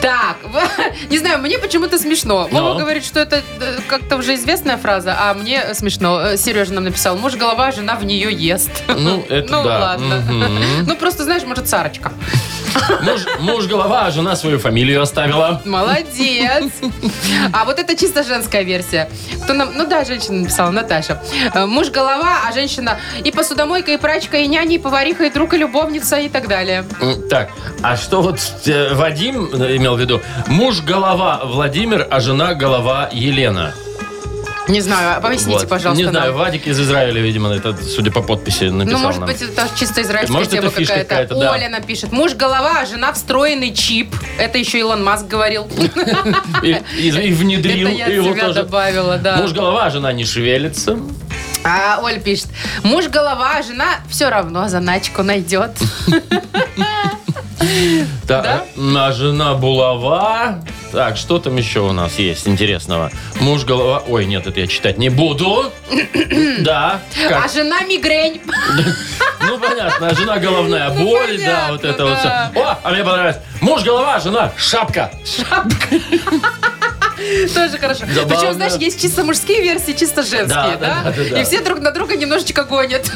Speaker 3: Так, <laughs> не знаю, мне почему-то смешно.
Speaker 2: Но.
Speaker 3: Вова говорит, что это э, как-то уже известная фраза, а мне смешно. Э, Сережа нам написал, муж голова, а жена в нее ест.
Speaker 2: Ну, это
Speaker 3: Ну,
Speaker 2: да.
Speaker 3: ладно.
Speaker 2: Мгм.
Speaker 3: <laughs> Ну, просто, знаешь, может, Сарочка.
Speaker 2: Муж, муж голова, а жена свою фамилию оставила. <laughs>
Speaker 3: Молодец. А вот это чисто женская версия. Кто нам, ну да, женщина написала, Наташа. Э, Муж голова, а женщина и посудомойка, и прачка, и няня, и повариха, и друг, и любовница, и так далее.
Speaker 2: М, Так, а что вот э, Вадим имел в виду? Муж голова Владимир, а жена голова Елена.
Speaker 3: Не знаю, объясните,
Speaker 2: Вот.
Speaker 3: пожалуйста,
Speaker 2: Не знаю,
Speaker 3: нам.
Speaker 2: Вадик из Израиля, видимо, это, судя по подписи, написал
Speaker 3: Ну, может
Speaker 2: нам.
Speaker 3: быть, это чисто израильская
Speaker 2: Может, это
Speaker 3: тема
Speaker 2: фишка какая-то,
Speaker 3: какая-то.
Speaker 2: да.
Speaker 3: Оля нам пишет. Муж голова, а жена встроенный чип. Это еще Илон Маск говорил.
Speaker 2: И, и- и <laughs> внедрил
Speaker 3: <laughs> Это я
Speaker 2: его
Speaker 3: себя
Speaker 2: тоже.
Speaker 3: добавила, да.
Speaker 2: Муж голова, а жена не шевелится.
Speaker 3: А Оль пишет, муж голова, а жена все равно заначку найдет.
Speaker 2: Да.
Speaker 3: Да?
Speaker 2: А жена булава. Так, что там еще у нас есть интересного? Муж голова. Ой, нет, это я читать не
Speaker 3: <coughs>
Speaker 2: буду. Да. как?
Speaker 3: А жена мигрень.
Speaker 2: Ну понятно, а жена головная
Speaker 3: Ну,
Speaker 2: боль, да,
Speaker 3: понятно,
Speaker 2: вот это вот все.
Speaker 3: да.
Speaker 2: О, а мне понравилось. Муж голова, а жена шапка.
Speaker 3: Тоже хорошо.
Speaker 2: Забавно.
Speaker 3: Причем, знаешь, есть чисто мужские версии, чисто женские,
Speaker 2: Да,
Speaker 3: да?
Speaker 2: да, да, да, да.
Speaker 3: И все друг на друга
Speaker 2: <laughs>
Speaker 3: немножечко гонят.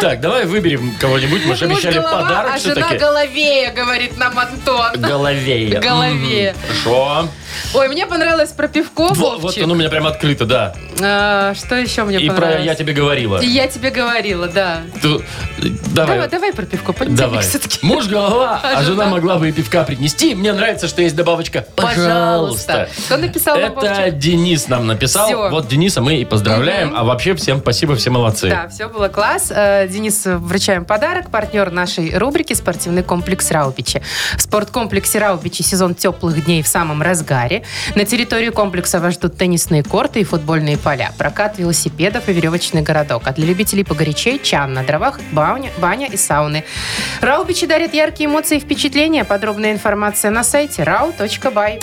Speaker 2: Так, давай выберем кого-нибудь. Мы же
Speaker 3: Муж
Speaker 2: обещали
Speaker 3: голова,
Speaker 2: подарок
Speaker 3: а жена
Speaker 2: все-таки.
Speaker 3: головея, говорит нам Антон.
Speaker 2: Головея.
Speaker 3: Головея.
Speaker 2: М, Хорошо.
Speaker 3: Ой, мне понравилось про пивко,
Speaker 2: Вот, вот
Speaker 3: Вовчик.
Speaker 2: он у меня прям открыто, да.
Speaker 3: А, что еще мне
Speaker 2: И про
Speaker 3: понравилось?
Speaker 2: я тебе говорила.
Speaker 3: И я тебе говорила, да.
Speaker 2: Ту-
Speaker 3: Давай,
Speaker 2: Давай.
Speaker 3: давай, про пивко. Понедельник
Speaker 2: Давай.
Speaker 3: все-таки.
Speaker 2: Муж голова,
Speaker 3: А
Speaker 2: а жена
Speaker 3: жена?
Speaker 2: могла бы и пивка принести. Мне нравится, что есть добавочка. Пожалуйста.
Speaker 3: Кто написал нам,
Speaker 2: Это
Speaker 3: Вовчик?
Speaker 2: Денис нам написал.
Speaker 3: Всё.
Speaker 2: Вот Дениса мы и поздравляем.
Speaker 3: Мгм.
Speaker 2: А вообще всем спасибо, все молодцы.
Speaker 3: Да, все было класс. Э, Денису вручаем подарок. Партнер нашей рубрики – спортивный комплекс «Раубичи». В спорткомплексе «Раубичи» сезон теплых дней в самом разгаре. На территории комплекса вас ждут теннисные корты и футбольные поля, прокат велосипедов и веревочный городок. А для любителей погорячей – чан на дровах, бауня- баня и сауны. «Раубичи» дарят яркие эмоции и впечатления. Подробная информация на сайте rau.by.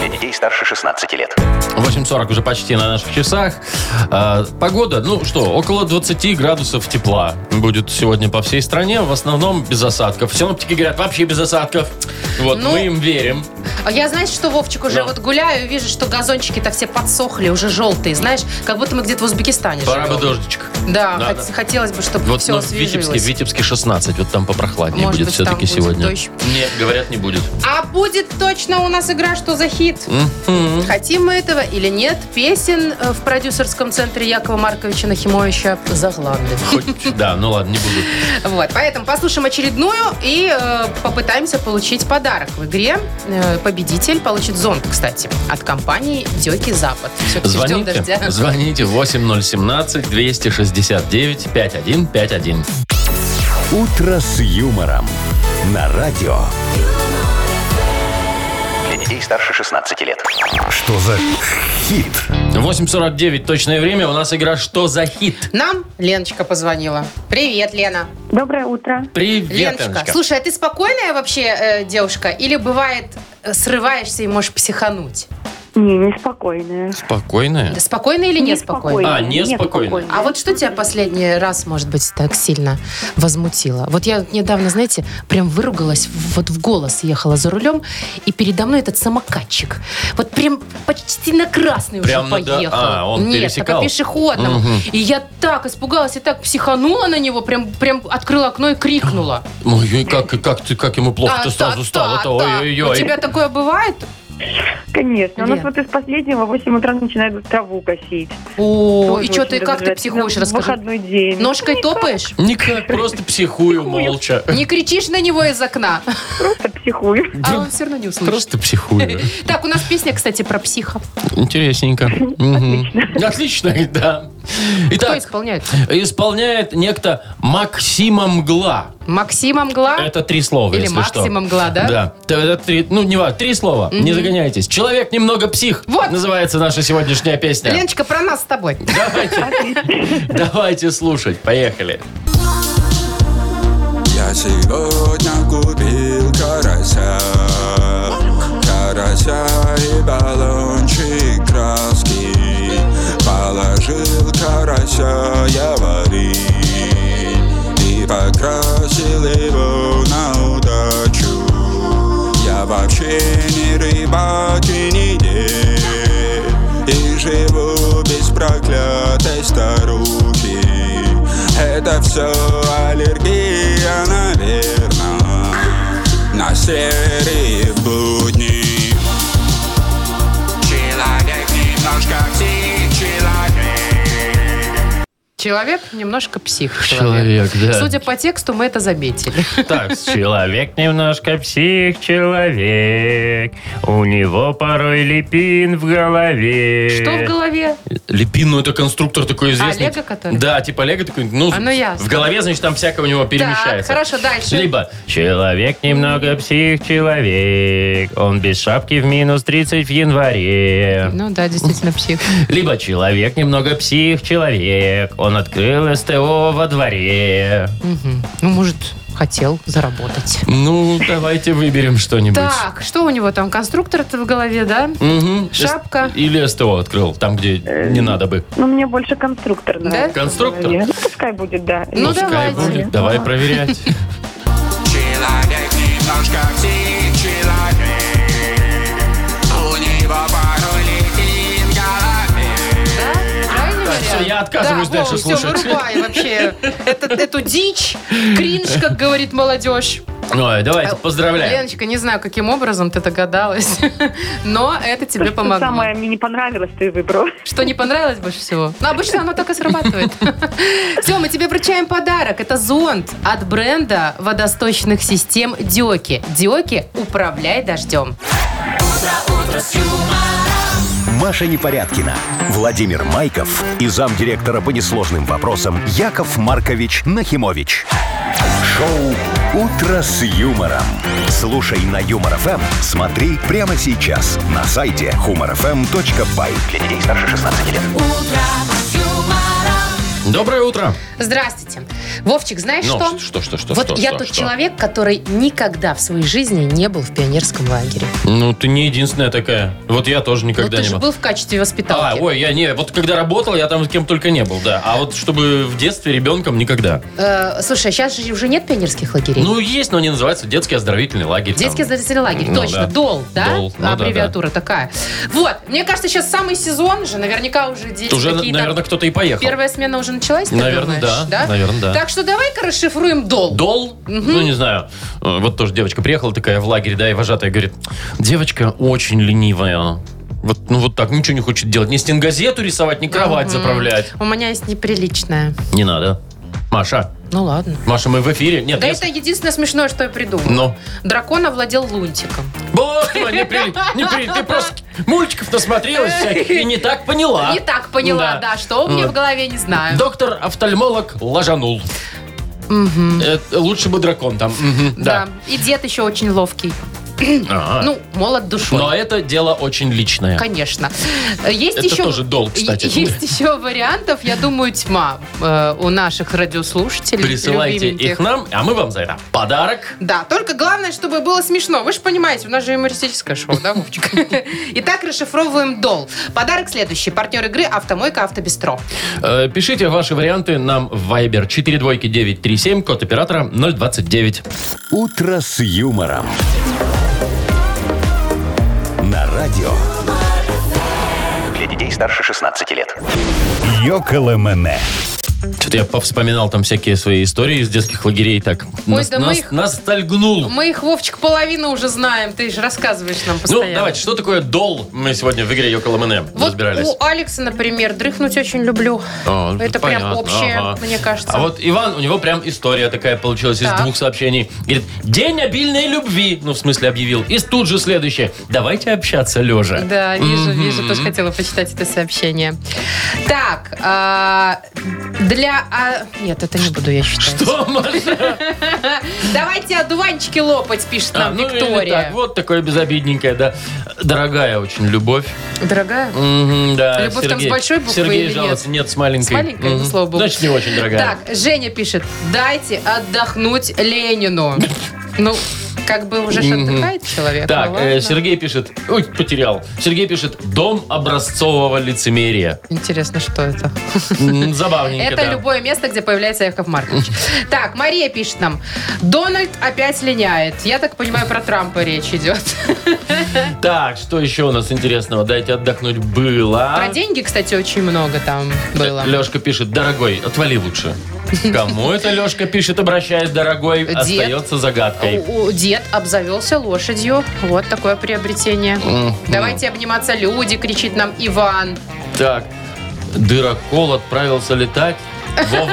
Speaker 4: Для детей старше 16 лет.
Speaker 2: 8.40 уже почти на наших часах. А, погода, ну что, около 20 градусов тепла будет сегодня по всей стране. В основном без осадков. Синоптики говорят, вообще без осадков. Вот,
Speaker 3: Ну,
Speaker 2: мы им верим.
Speaker 3: А Я, знаешь, что, Вовчик, уже
Speaker 2: Да.
Speaker 3: вот гуляю, и вижу, что газончики-то все подсохли, уже желтые, знаешь, как будто мы где-то в Узбекистане
Speaker 2: Пора бы
Speaker 3: живем.
Speaker 2: дождичек.
Speaker 3: Да,
Speaker 2: Да,
Speaker 3: хот-
Speaker 2: да.
Speaker 3: хотелось бы, чтобы
Speaker 2: Вот
Speaker 3: все
Speaker 2: ну, в Витебске, в
Speaker 3: освежилось.
Speaker 2: Витебске 16, вот там попрохладнее
Speaker 3: Может
Speaker 2: будет
Speaker 3: быть,
Speaker 2: все-таки
Speaker 3: там будет
Speaker 2: сегодня.
Speaker 3: дождь.
Speaker 2: Нет, говорят, не будет.
Speaker 3: А будет точно у нас игра «Что за хит?»
Speaker 2: Мгм.
Speaker 3: Хотим мы этого или нет, песен э, в продюсерском центре Якова Марковича Нахимовича загланды.
Speaker 2: Хоть- Да, ну ладно, не буду.
Speaker 3: Вот, поэтому послушаем очередную и э, попытаемся получить подарок в игре. Э, победитель получит зонт, кстати, от компании Деки Запад. Все-таки ждем
Speaker 2: Звоните,
Speaker 3: дождя.
Speaker 2: звоните 8017-269-5151.
Speaker 1: «Утро с юмором» на радио.
Speaker 4: Для детей старше 16 лет.
Speaker 1: Что за хит?
Speaker 2: 8.49 точное время, у нас игра «Что за хит?».
Speaker 3: Нам Леночка позвонила. Привет, Лена.
Speaker 6: Доброе утро.
Speaker 2: Привет,
Speaker 3: Леночка,
Speaker 2: Леночка.
Speaker 3: слушай, а ты спокойная вообще э, девушка? Или бывает э, срываешься и можешь психануть?
Speaker 6: Не, неспокойная.
Speaker 2: Спокойная?
Speaker 3: Да спокойная или неспокойная?
Speaker 2: А, неспокойная.
Speaker 3: А вот что тебя последний раз, может быть, так сильно возмутило? Вот я недавно, знаете, прям выругалась, вот в голос ехала за рулем, и передо мной этот самокатчик. Вот прям почти на красный
Speaker 2: Прям
Speaker 3: уже
Speaker 2: на да-
Speaker 3: поехал.
Speaker 2: а, он
Speaker 3: Нет,
Speaker 2: пересекал?
Speaker 3: по пешеходному.
Speaker 2: Мгм.
Speaker 3: И я так испугалась и так психанула на него, прям, прям открыла окно и крикнула.
Speaker 2: Ой, ой, как, как, ты, как ему плохо-то
Speaker 3: А,
Speaker 2: сразу
Speaker 3: та-
Speaker 2: стало-то,
Speaker 3: та- та. У тебя
Speaker 2: ой-ой-ой.
Speaker 3: такое бывает?
Speaker 6: Конечно. У
Speaker 3: Лен.
Speaker 6: нас вот из последнего в 8 утра начинают траву косить.
Speaker 3: О,
Speaker 6: Тоже
Speaker 3: и что
Speaker 6: очень
Speaker 3: ты, как ты
Speaker 6: раздражает.
Speaker 3: психуешь,
Speaker 6: На
Speaker 3: расскажи.
Speaker 6: Выходной день.
Speaker 3: Ножкой топаешь?
Speaker 2: Никак, просто психую
Speaker 3: <laughs>
Speaker 2: молча.
Speaker 3: Не кричишь на него из окна,
Speaker 6: Просто психую.
Speaker 3: а он все равно не услышит.
Speaker 2: Просто психую.
Speaker 3: Так, у нас песня, кстати, про психа.
Speaker 2: Интересненько. Мгм. Отлично, <laughs> да.
Speaker 3: Кто
Speaker 2: Итак,
Speaker 3: исполняет?
Speaker 2: исполняет некто Максима Мгла.
Speaker 3: Максима Мгла?
Speaker 2: Это три слова,
Speaker 3: А? Или
Speaker 2: если что.
Speaker 3: Максима Мгла, да?
Speaker 2: Да. Т- Это три, ну, не важно, три слова. Не загоняйтесь. Человек немного псих.
Speaker 3: Вот.
Speaker 2: Называется наша сегодняшняя песня.
Speaker 3: Леночка, про нас с тобой.
Speaker 2: Давайте, <laughs> давайте слушать. Поехали.
Speaker 8: Я сегодня купил карася Карася и баллончик краски Положил карася я варить И покрасил его на удачу Я вообще не рыбак и не дед И живу без проклятой старухи Это все аллергия, наверное На серые будни Человек немножко псих, человек
Speaker 3: Человек
Speaker 2: Человек,
Speaker 3: немножко псих.
Speaker 2: да.
Speaker 3: Судя по тексту, мы это заметили.
Speaker 2: <laughs> Так, человек немножко псих, человек. У него порой лепин в голове.
Speaker 3: Что в голове?
Speaker 2: Лепин, ну это конструктор такой известный.
Speaker 3: Лего который?
Speaker 2: Да, типа Лего такой. Ну,
Speaker 3: А, ну, ясно.
Speaker 2: в голове, значит, там всякое у него
Speaker 3: Так,
Speaker 2: перемещается.
Speaker 3: хорошо, дальше.
Speaker 2: Либо человек немного псих человек, он без шапки в минус 30 в январе.
Speaker 3: Ну да, действительно псих.
Speaker 2: Либо человек немного псих человек, он открыл СТО во дворе.
Speaker 3: Мгм. Ну, может, хотел заработать.
Speaker 2: Ну, давайте выберем что-нибудь.
Speaker 3: Так, что у него там? Конструктор-то в голове, да?
Speaker 2: Мгм.
Speaker 3: Шапка.
Speaker 2: С- Или СТО открыл, там, где не надо бы.
Speaker 6: Но мне больше конструктор нравится.
Speaker 2: Конструктор?
Speaker 6: Ну, пускай будет, да.
Speaker 3: Ну,
Speaker 2: Пускай
Speaker 3: давайте.
Speaker 2: будет, давай <laughs> проверять.
Speaker 8: Человек немножко псих, человек У него порой летит в голове
Speaker 3: Да? Правильно
Speaker 2: Все,
Speaker 3: вариант?
Speaker 2: я отказываюсь
Speaker 3: да,
Speaker 2: дальше
Speaker 3: Вова, все,
Speaker 2: слушать.
Speaker 3: вырубай вообще Этот- эту дичь. Кринж, как говорит молодежь.
Speaker 2: Ой,
Speaker 3: Э,
Speaker 2: давайте, поздравляем.
Speaker 3: Леночка, не знаю, каким образом ты догадалась, <laughs> но это тебе
Speaker 6: Просто
Speaker 3: помогло.
Speaker 6: Самое мне не понравилось, ты выбрал.
Speaker 3: Что не понравилось больше всего? Ну, обычно оно так и срабатывает. <laughs> Все, мы тебе вручаем подарок. Это зонт от бренда водосточных систем Диоки. Диоки, управляй дождем.
Speaker 1: Маша Непорядкина, Владимир Майков и замдиректора по несложным вопросам Яков Маркович Нахимович. Шоу «Утро с юмором». Слушай на Юмор ФМ, смотри прямо сейчас на сайте humorfm.by. Для детей старше 16 лет.
Speaker 2: Доброе утро.
Speaker 3: Здравствуйте. Вовчик, знаешь
Speaker 2: Ну,
Speaker 3: что?
Speaker 2: что, что, что,
Speaker 3: вот
Speaker 2: что,
Speaker 3: я
Speaker 2: что,
Speaker 3: тот
Speaker 2: что?
Speaker 3: человек, который никогда в своей жизни не был в пионерском лагере.
Speaker 2: Ну, ты не единственная такая. Вот я тоже
Speaker 3: Вот
Speaker 2: никогда
Speaker 3: Ну, ты
Speaker 2: не
Speaker 3: же
Speaker 2: был.
Speaker 3: был в качестве
Speaker 2: А,
Speaker 3: воспиталки.
Speaker 2: ой, я не, вот когда работал, я там с кем только не был, да. А вот чтобы в детстве ребенком никогда.
Speaker 3: Э, слушай, сейчас же уже нет пионерских лагерей.
Speaker 2: Ну, есть, но они называются детский оздоровительный лагерь.
Speaker 3: Детский
Speaker 2: там.
Speaker 3: оздоровительный лагерь,
Speaker 2: Ну да.
Speaker 3: точно. Дол, да?
Speaker 2: Дол, ну да,
Speaker 3: Аббревиатура такая. Вот, мне кажется, сейчас самый сезон же, наверняка уже дети
Speaker 2: Уже,
Speaker 3: какие-то...
Speaker 2: наверное, кто-то и поехал.
Speaker 3: Первая смена уже началась, ты
Speaker 2: Наверное,
Speaker 3: думаешь,
Speaker 2: да, наверное, да.
Speaker 3: Так что давай-ка расшифруем дол.
Speaker 2: Дол, ну не знаю, Э, вот тоже девочка приехала такая в лагерь, да, и вожатая говорит, девочка очень ленивая. Вот, ну вот так, ничего не хочет делать. Ни стенгазету рисовать, ни кровать заправлять.
Speaker 3: У меня есть неприличная.
Speaker 2: Не надо. Маша,
Speaker 3: Ну ладно.
Speaker 2: Маша, мы в эфире. Нет,
Speaker 3: Да
Speaker 2: я-
Speaker 3: это единственное смешное, что я придумал.
Speaker 2: Ну.
Speaker 3: Дракон овладел лунтиком.
Speaker 2: Бог ты мой, не прили- не прили- Ты просто мультиков насмотрелась всяких и не так поняла.
Speaker 3: Не так поняла, да, что у меня в
Speaker 2: Вот.
Speaker 3: голове, не знаю.
Speaker 2: Доктор-офтальмолог лажанул. Э, Лучше бы дракон там. Мгм,
Speaker 3: Да.
Speaker 2: Да.
Speaker 3: И дед еще очень ловкий.
Speaker 2: Ага.
Speaker 3: Ну, молод душой.
Speaker 2: Но это дело очень личное.
Speaker 3: Конечно. Есть
Speaker 2: а Это
Speaker 3: еще...
Speaker 2: тоже долг, кстати.
Speaker 3: <laughs> Есть еще вариантов, я думаю, тьма э, у наших радиослушателей.
Speaker 2: Присылайте
Speaker 3: любименьких.
Speaker 2: их нам, а мы вам за это подарок.
Speaker 3: Да, только главное, чтобы было смешно. Вы же понимаете, у нас же юмористическое шоу,
Speaker 2: <laughs>
Speaker 3: да, Вовчик? Итак, расшифровываем дол. Подарок следующий. Партнер игры «Автомойка Автобестро».
Speaker 2: Э, Пишите ваши варианты нам в Viber 42937, код оператора 029.
Speaker 1: «Утро с юмором». На радио
Speaker 4: Для детей старше 16 лет.
Speaker 1: «Йоколэмэне».
Speaker 2: Что-то я повспоминал там всякие свои истории из детских лагерей. Так, нас,
Speaker 3: да мы
Speaker 2: нас-
Speaker 3: их-
Speaker 2: настальгнул.
Speaker 3: Мы их, Вовчик, половину уже знаем. Ты же рассказываешь нам
Speaker 2: Ну,
Speaker 3: постоянно.
Speaker 2: давайте, что такое дол? Мы сегодня в игре Йокола Мене
Speaker 3: Вот
Speaker 2: разбирались.
Speaker 3: у Алекса, например, дрыхнуть очень люблю.
Speaker 2: А,
Speaker 3: это прям
Speaker 2: понятно,
Speaker 3: общее,
Speaker 2: ага.
Speaker 3: мне кажется.
Speaker 2: А вот Иван, у него прям история такая получилась из
Speaker 3: Так.
Speaker 2: двух сообщений. Говорит, день обильной любви, ну, в смысле, объявил. И тут же следующее. Давайте общаться лежа.
Speaker 3: Да, вижу, вижу, тоже хотела почитать это сообщение. Так, а, для... а, нет, это не буду я считать.
Speaker 2: <laughs> Что, Маша?
Speaker 3: Давайте одуванчики лопать, пишет
Speaker 2: А,
Speaker 3: нам
Speaker 2: ну, или так,
Speaker 3: Виктория.
Speaker 2: Вот такое безобидненькое, да. Дорогая очень любовь.
Speaker 3: Дорогая?
Speaker 2: Ну, Мгм, да,
Speaker 3: Любовь там с большой буквы
Speaker 2: Сергей
Speaker 3: или нет?
Speaker 2: жалуется. Нет, с маленькой.
Speaker 3: С маленькой, ну,
Speaker 2: Мгм.
Speaker 3: слава богу.
Speaker 2: Значит, не очень дорогая.
Speaker 3: Так, Женя пишет, дайте отдохнуть
Speaker 2: <laughs>
Speaker 3: Ленину. Ну, как бы уже ж
Speaker 2: Мгм.
Speaker 3: отдыхает человек.
Speaker 2: Так,
Speaker 3: ну
Speaker 2: э,
Speaker 3: ладно.
Speaker 2: Сергей пишет, ой, потерял. Сергей пишет, дом образцового лицемерия.
Speaker 3: Интересно, что это?
Speaker 2: М, Забавненько,
Speaker 3: Это
Speaker 2: да.
Speaker 3: любое место, где появляется
Speaker 2: <laughs>
Speaker 3: Яков Маркович. Так, Мария пишет нам. Дональд опять линяет. Я так понимаю, про Трампа речь
Speaker 2: <laughs>
Speaker 3: идет.
Speaker 2: Так, что еще у нас интересного? Дайте отдохнуть было.
Speaker 3: Про деньги, кстати, очень много там было.
Speaker 2: Лешка пишет, дорогой, отвали лучше. Кому это Лешка пишет, обращаясь, дорогой,
Speaker 3: Дед.
Speaker 2: остается загадкой.
Speaker 3: А У- у- Дед обзавелся лошадью. Вот такое приобретение. Давайте обниматься, люди, кричит нам Иван.
Speaker 2: Так, дырокол отправился летать. Вова!
Speaker 3: <laughs>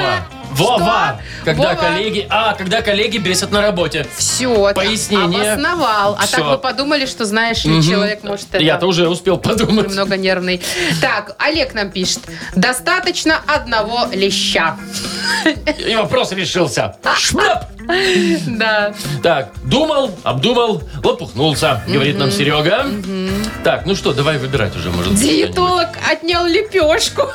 Speaker 2: Вова! Когда
Speaker 3: Вова?
Speaker 2: коллеги... А, когда коллеги бесят на работе.
Speaker 3: Все,
Speaker 2: Пояснение.
Speaker 3: обосновал. А так
Speaker 2: Всё.
Speaker 3: вы подумали, что знаешь, ли, человек может это...
Speaker 2: Я-то уже успел подумать.
Speaker 3: Немного нервный. Так, Олег нам пишет. Достаточно одного леща. <laughs>
Speaker 2: И вопрос решился. Шмап!
Speaker 3: Да.
Speaker 2: Так, думал, обдумал, лопухнулся, говорит нам Серега. Так, ну что, давай выбирать уже, может.
Speaker 3: Диетолог отнял лепешку.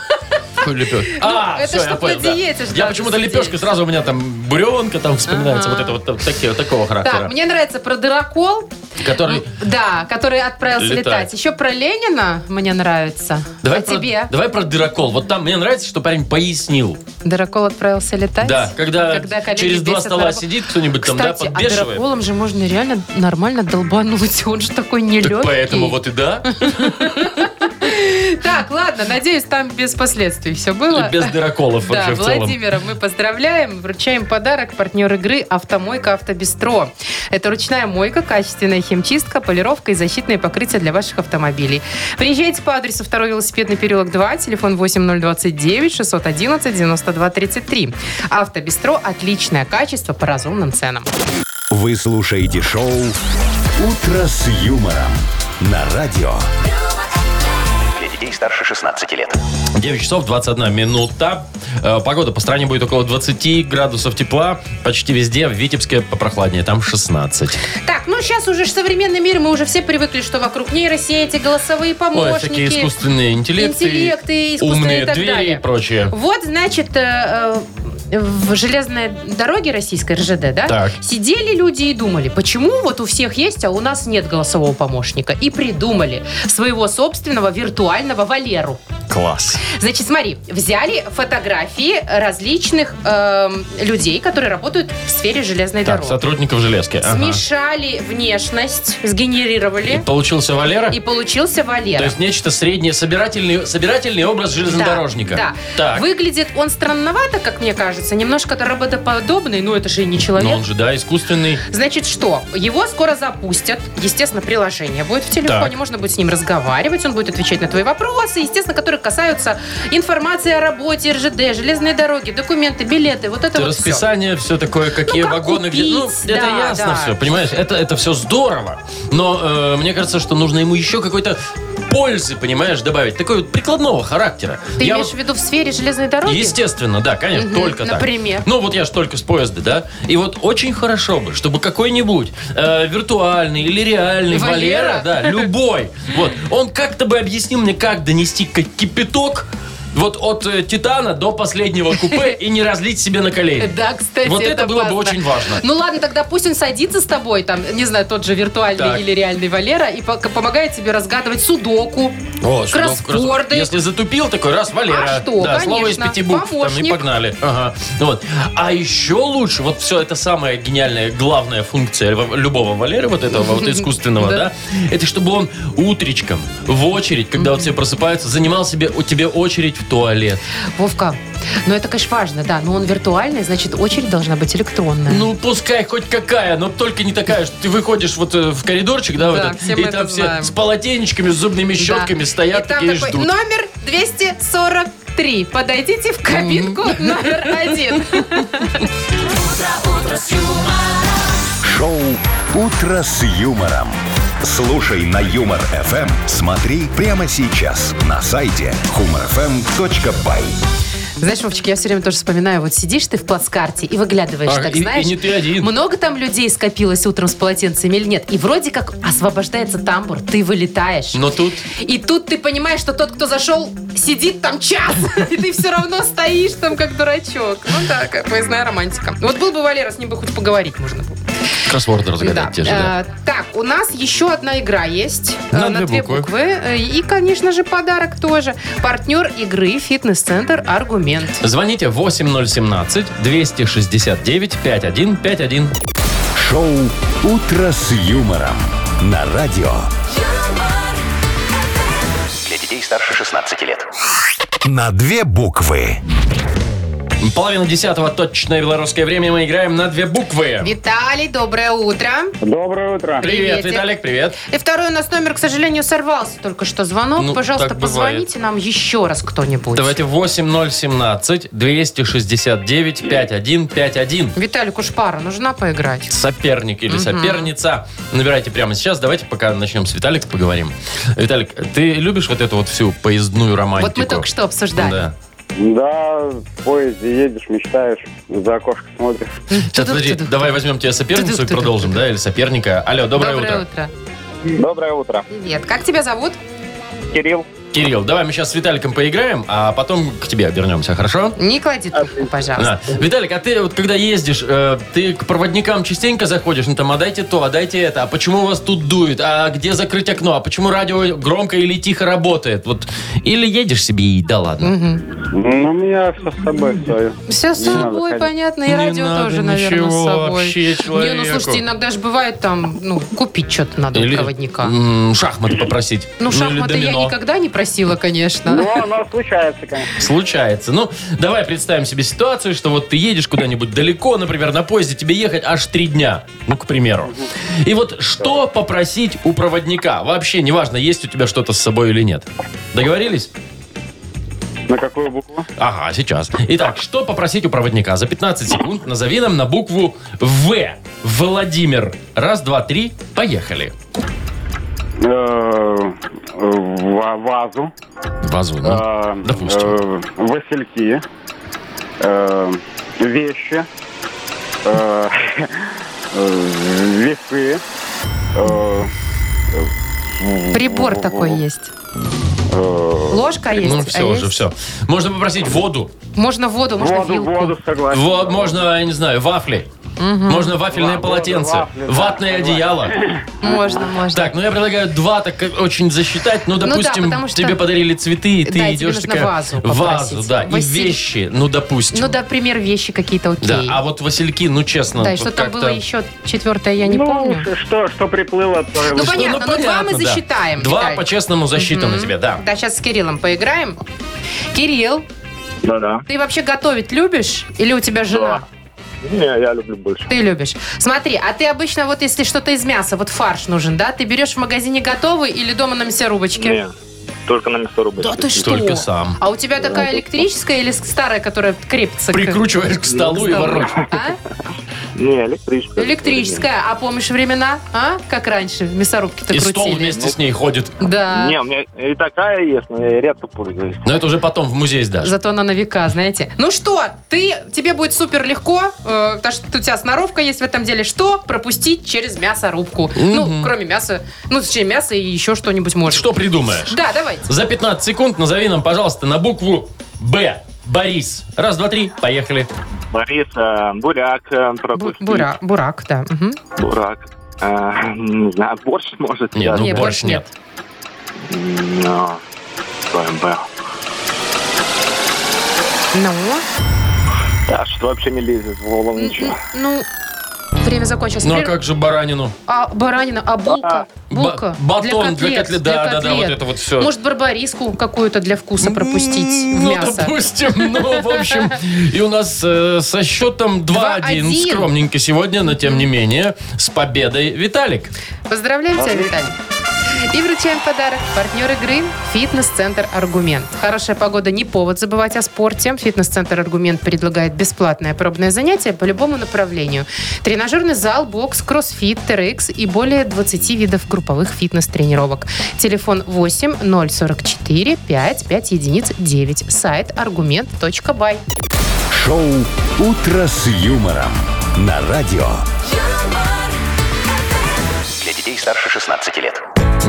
Speaker 2: Какой лепешка? А,
Speaker 3: Ну, это
Speaker 2: всё, я
Speaker 3: чтоб
Speaker 2: понял,
Speaker 3: на
Speaker 2: да.
Speaker 3: диете ж
Speaker 2: Я
Speaker 3: надо
Speaker 2: почему-то
Speaker 3: сидеть.
Speaker 2: лепешка, сразу у меня там буренка там вспоминается, вот это вот так- такие- такого характера.
Speaker 3: Так, ну, мне нравится про дырокол,
Speaker 2: Который...
Speaker 3: да, который отправился
Speaker 2: Летает.
Speaker 3: летать. Еще про Ленина мне нравится.
Speaker 2: Давай
Speaker 3: а
Speaker 2: про,
Speaker 3: тебе?
Speaker 2: Давай про дырокол. Вот там мне нравится, что парень пояснил.
Speaker 3: Дырокол отправился летать?
Speaker 2: Да, когда,
Speaker 3: коллеги
Speaker 2: через два
Speaker 3: бесят
Speaker 2: стола
Speaker 3: на рабо-
Speaker 2: сидит кто-нибудь там, да,
Speaker 3: Кстати, а
Speaker 2: подбешивает.
Speaker 3: дыроколом же можно реально <laughs> нормально долбануть. Он же такой
Speaker 2: Так
Speaker 3: <laughs> нелегкий.
Speaker 2: поэтому вот и да.
Speaker 3: Так, ладно, надеюсь, там без последствий все было.
Speaker 2: И без дыроколов
Speaker 3: Да,
Speaker 2: вообще в целом.
Speaker 3: Владимира мы поздравляем, вручаем подарок партнер игры «Автомойка Автобестро». Это ручная мойка, качественная химчистка, полировка и защитные покрытия для ваших автомобилей. Приезжайте по адресу 2 велосипедный переулок 2, телефон 8029-611-9233. «Автобестро» – отличное качество по разумным ценам.
Speaker 1: Вы слушаете шоу «Утро с юмором» на радио.
Speaker 4: Для детей старше 16 лет.
Speaker 2: 9 часов 21 минута. Э, Погода по стране будет около 20 градусов тепла. Почти везде. В Витебске попрохладнее. Там 16.
Speaker 3: Так, ну сейчас уже ж современный мир, мы уже все привыкли, что вокруг нейросети, голосовые
Speaker 2: Ой,
Speaker 3: помощники.
Speaker 2: всякие Ну, искусственные интеллекты.
Speaker 3: интеллекты, искусственные
Speaker 2: умные
Speaker 3: и так
Speaker 2: двери
Speaker 3: далее.
Speaker 2: и прочее.
Speaker 3: Вот, значит, э, э, в железной дороге российской РЖД, да,
Speaker 2: Так.
Speaker 3: сидели люди и думали, почему вот у всех есть, а у нас нет голосового помощника. И придумали своего собственного виртуального Валеру.
Speaker 2: Класс.
Speaker 3: Значит, смотри, взяли фотографии различных эм, людей, которые работают в сфере железной
Speaker 2: Так,
Speaker 3: дороги.
Speaker 2: сотрудников железки. ага.
Speaker 3: Смешали внешность,
Speaker 2: И
Speaker 3: сгенерировали,
Speaker 2: получился Валера?
Speaker 3: и, получился Валера.
Speaker 2: То есть нечто среднее, собирательный, собирательный образ железнодорожника.
Speaker 3: Да.
Speaker 2: Так.
Speaker 3: Выглядит он странновато, как мне кажется, немножко роботоподобный, но это же и не человек.
Speaker 2: Но ну он же, да, искусственный.
Speaker 3: Значит, что? Его скоро запустят. Естественно, приложение будет в телефоне.
Speaker 2: Так.
Speaker 3: Можно будет с ним разговаривать. Он будет отвечать на твои вопросы, естественно, которые касаются информации о работе, РЖД, железные дороги, документы, билеты. Вот это
Speaker 2: Это
Speaker 3: вот всё. Ну,
Speaker 2: расписание все. такое, какие
Speaker 3: как
Speaker 2: вагоны, где. Ну,
Speaker 3: купить,
Speaker 2: это
Speaker 3: да,
Speaker 2: ясно
Speaker 3: да.
Speaker 2: все, понимаешь? Это, это все здорово. Но э, мне кажется, что нужно ему еще какой-то пользы, понимаешь, добавить. Такой вот прикладного характера.
Speaker 3: Ты
Speaker 2: Я
Speaker 3: имеешь
Speaker 2: вот-
Speaker 3: в виду в сфере железной дороги?
Speaker 2: Естественно, да, конечно,
Speaker 3: Мгм,
Speaker 2: только так.
Speaker 3: например.
Speaker 2: Ну, вот я ж только с поезда, да? И вот очень хорошо бы, чтобы какой-нибудь э, виртуальный или реальный
Speaker 3: Валера?
Speaker 2: Валера,
Speaker 3: <laughs>
Speaker 2: да, любой, вот, он как-то бы объяснил мне, как донести как кипяток вот от э, Титана до последнего
Speaker 3: <laughs>
Speaker 2: купе и не разлить себе на колени.
Speaker 3: Э,
Speaker 2: <laughs>
Speaker 3: Да, кстати,
Speaker 2: Вот это было бы
Speaker 3: классно.
Speaker 2: очень важно.
Speaker 3: Ну ладно, тогда пусть он садится с тобой, там, не знаю, тот же виртуальный
Speaker 2: Так.
Speaker 3: или реальный Валера, и по- помогает тебе разгадывать судоку,
Speaker 2: О, сюда в кросс-
Speaker 3: кроссворды.
Speaker 2: ну, Если затупил, такой раз, Валера.
Speaker 3: А что,
Speaker 2: да, слово из
Speaker 3: конечно,
Speaker 2: пяти букв, там и
Speaker 3: помощник.
Speaker 2: погнали. Ага. Ну Вот. А еще лучше, вот все, это самая гениальная, главная функция ль- любого Валеры, вот этого
Speaker 3: <laughs>
Speaker 2: вот искусственного,
Speaker 3: Да.
Speaker 2: да, это чтобы он утречком, в очередь, когда вот все просыпаются, занимал себе, у тебе очередь в туалет.
Speaker 3: Вовка, ну это, конечно, важно, да, но он виртуальный, значит, очередь должна быть электронная.
Speaker 2: Ну, пускай хоть какая, но только не такая, что ты выходишь вот э, в коридорчик, да, в
Speaker 3: Да,
Speaker 2: этот,
Speaker 3: все мы
Speaker 2: и
Speaker 3: это
Speaker 2: там все
Speaker 3: знаем.
Speaker 2: с полотенечками, с зубными
Speaker 3: Да.
Speaker 2: щетками стоят
Speaker 3: и там
Speaker 2: такие
Speaker 3: такой, ну,
Speaker 2: ждут.
Speaker 3: номер 243. Подойдите в кабинку номер один.
Speaker 1: Шоу «Утро с юмором». Слушай на Юмор ФМ. Смотри прямо сейчас на сайте humorfm.by.
Speaker 3: Знаешь, Вовчик, я все время тоже вспоминаю, вот сидишь ты в плацкарте и выглядываешь,
Speaker 2: А,
Speaker 3: так
Speaker 2: и- и
Speaker 3: знаешь.
Speaker 2: не ты один.
Speaker 3: Много там людей скопилось утром с полотенцами или нет? И вроде как освобождается тамбур, ты вылетаешь.
Speaker 2: Но тут
Speaker 3: И тут ты понимаешь, что тот, кто зашел, сидит там час, <laughs> и ты все равно стоишь там как дурачок. Ну да, как поездная романтика. Вот был бы Валера, с ним бы хоть поговорить можно было.
Speaker 2: кроссворды разгадать
Speaker 3: Да.
Speaker 2: те же, да.
Speaker 3: Э, Так, у нас еще одна игра есть.
Speaker 2: На
Speaker 3: Э,
Speaker 2: две буквы.
Speaker 3: Э, И, конечно же, подарок тоже. Партнер игры «Фитнес-центр Аргумент».
Speaker 2: Звоните 8017-269-5151.
Speaker 1: Шоу «Утро с юмором» на радио.
Speaker 4: Для детей старше 16 лет.
Speaker 1: На две буквы.
Speaker 2: Половина десятого, точное белорусское время, мы играем на две буквы.
Speaker 3: Виталий, доброе утро.
Speaker 7: Доброе утро.
Speaker 2: Привет,
Speaker 3: Привет.
Speaker 2: Виталик, привет.
Speaker 3: И второй у нас номер, к сожалению, сорвался только что звонок.
Speaker 2: Ну,
Speaker 3: Пожалуйста,
Speaker 2: так бывает.
Speaker 3: позвоните нам еще раз кто-нибудь.
Speaker 2: Давайте 8017-269-5151.
Speaker 3: Виталику ж пара нужна поиграть.
Speaker 2: Соперник или соперница. Набирайте прямо сейчас. Давайте пока начнем с Виталика поговорим. Виталик, ты любишь вот эту вот всю поездную романтику?
Speaker 3: Вот мы только что обсуждали.
Speaker 2: Да.
Speaker 7: Да, в поезде едешь, мечтаешь, за окошко смотришь.
Speaker 2: Сейчас, подожди,
Speaker 3: Тудук-тудук.
Speaker 2: давай возьмем тебе соперницу и
Speaker 3: Тудук-тудук.
Speaker 2: продолжим, да, или соперника. Алло, доброе, утро.
Speaker 7: Доброе утро.
Speaker 3: Привет. Как тебя зовут?
Speaker 7: Кирилл.
Speaker 2: Кирилл, давай мы сейчас с Виталиком поиграем, а потом к тебе вернемся, хорошо?
Speaker 3: Не клади трубку, пожалуйста.
Speaker 2: Да. Виталик, а ты вот когда ездишь, э, ты к проводникам частенько заходишь, ну там, а дайте то, а дайте это, а почему у вас тут дует, а где закрыть окно, а почему радио громко или тихо работает? Вот или едешь себе и да ладно.
Speaker 7: Ну, у меня все с собой свое.
Speaker 3: Все с
Speaker 7: Не надо
Speaker 3: собой,
Speaker 7: ходить.
Speaker 3: понятно, и
Speaker 2: Не
Speaker 3: радио
Speaker 2: надо
Speaker 3: тоже, наверное,
Speaker 2: ничего
Speaker 3: с собой.
Speaker 2: вообще
Speaker 3: Не, ну
Speaker 2: человеку.
Speaker 3: слушайте, иногда же бывает там, ну, купить что-то надо у
Speaker 2: Или
Speaker 3: проводника.
Speaker 2: м, шахматы попросить.
Speaker 3: Ну,
Speaker 2: или
Speaker 3: шахматы я
Speaker 2: домино.
Speaker 3: никогда не просила, конечно.
Speaker 9: Но оно случается, конечно.
Speaker 2: Случается. Ну, давай представим себе ситуацию, что вот ты едешь куда-нибудь далеко, например, на поезде тебе ехать аж три дня, ну, к примеру. И вот что попросить у проводника? Вообще, неважно, есть у тебя что-то с собой или нет. Договорились?
Speaker 7: На какую букву?
Speaker 2: Ага, сейчас. Итак, что попросить у проводника? За 15 секунд назови нам на букву В. Владимир. Раз, два, три. Поехали.
Speaker 7: Э, ва- Вазу.
Speaker 2: Вазу, ну,
Speaker 7: э,
Speaker 2: допустим.
Speaker 7: э, Васильки. э, Вещи. э, э, Весы. э,
Speaker 3: Прибор такой есть. Ложка есть.
Speaker 2: Ну,
Speaker 3: а
Speaker 2: все уже,
Speaker 3: есть-
Speaker 2: все. Можно попросить воду.
Speaker 3: Можно воду, можно
Speaker 7: Воду,
Speaker 3: вилку.
Speaker 7: воду, согласен.
Speaker 2: Вот, можно, я не знаю, вафли. Можно вафельное
Speaker 9: Ва-
Speaker 2: полотенце,
Speaker 9: воду, вафли, да,
Speaker 2: ватное одеяло.
Speaker 3: Можно, можно.
Speaker 2: Так, ну я предлагаю два так как очень засчитать. Ну,
Speaker 3: да,
Speaker 2: допустим,
Speaker 3: потому что-
Speaker 2: тебе подарили цветы, и ты
Speaker 3: Да, и тебе
Speaker 2: идешь
Speaker 3: нужно
Speaker 2: такая...
Speaker 3: вазу
Speaker 2: Вазу,
Speaker 3: попросить.
Speaker 2: да, и
Speaker 3: Василь-
Speaker 2: вещи, ну, допустим.
Speaker 3: Ну, да, пример вещи какие-то окей.
Speaker 2: Да, а вот Васильки, ну, честно,
Speaker 3: Да, и
Speaker 2: вот
Speaker 3: что там
Speaker 2: как-то-
Speaker 3: было еще четвертое, я не
Speaker 9: ну,
Speaker 3: помню.
Speaker 9: ш- что, что приплыло, то... и
Speaker 3: Ну,
Speaker 9: вот.
Speaker 3: понятно, но два мы
Speaker 2: да.
Speaker 3: засчитаем,
Speaker 2: Два
Speaker 3: Виталь.
Speaker 2: по-честному засчитано тебе, да.
Speaker 3: Да, сейчас с Кириллом поиграем. Кирилл,
Speaker 7: Да-да.
Speaker 3: ты вообще готовить любишь? Или у тебя жена?
Speaker 7: Не, я люблю больше.
Speaker 3: Ты любишь. Смотри, а ты обычно вот если что-то из мяса, вот фарш нужен, да? Ты берешь в магазине готовый или дома на мясорубочке?
Speaker 9: Не, только на мясорубке.
Speaker 3: Да ты что?
Speaker 2: Только сам.
Speaker 3: А у тебя такая электрическая или старая, которая крепится? к-
Speaker 2: Прикручиваешь к столу и ворочаешь.
Speaker 3: А?
Speaker 9: Не, электрическая.
Speaker 3: Электрическая. А помнишь времена? А? Как раньше в мясорубке-то
Speaker 2: И
Speaker 3: крутили.
Speaker 2: стол вместе с ней ходит.
Speaker 3: Да.
Speaker 9: Не, у меня и такая есть, но я редко пользуюсь.
Speaker 2: Но это уже потом в музей сдашь.
Speaker 3: Зато она на века, знаете. Ну что, ты, тебе будет супер легко, э, потому что у тебя сноровка есть в этом деле. Что пропустить через мясорубку? Ну, кроме мяса, ну, точнее, мяса и еще что-нибудь может.
Speaker 2: Что придумаешь?
Speaker 3: Да, давайте.
Speaker 2: За 15 секунд назови нам, пожалуйста, на букву Б. Борис. Раз, два, три, поехали.
Speaker 9: Борис, э, буряк, э,
Speaker 3: Бу-
Speaker 9: пропустить.
Speaker 3: бура- бурак, да. мгм.
Speaker 9: Бурак. Э, не знаю, борщ может?
Speaker 2: Нет, ну
Speaker 3: Не,
Speaker 2: борщ
Speaker 3: больше
Speaker 2: нет.
Speaker 9: Но... БМБ.
Speaker 3: Ну,
Speaker 9: Да, А что вообще не лезет в голову ничего.
Speaker 3: ну, время закончилось.
Speaker 2: Ну а
Speaker 3: При-
Speaker 2: как же баранину?
Speaker 3: А баранина, а булка? Булка.
Speaker 2: Ба- батон для котлет, да, да, да, вот это вот всё.
Speaker 3: Может, барбариску какую-то для вкуса пропустить в
Speaker 2: Ну,
Speaker 3: мясо?
Speaker 2: допустим, ну, в общем, и у нас э, со счетом 2-1,
Speaker 3: 2:1.
Speaker 2: скромненько сегодня, но тем не менее, с победой Виталик.
Speaker 3: Поздравляем тебя, Виталий. И вручаем подарок. Партнер игры – фитнес-центр «Аргумент». Хорошая погода – не повод забывать о спорте. Фитнес-центр «Аргумент» предлагает бесплатное пробное занятие по любому направлению. Тренажерный зал, бокс, кроссфит, TRX и более 20 видов групповых фитнес-тренировок. Телефон 8 044 5 5 единиц 9. Сайт argument.by.
Speaker 1: Шоу «Утро с юмором» на радио.
Speaker 4: Для детей старше 16 лет.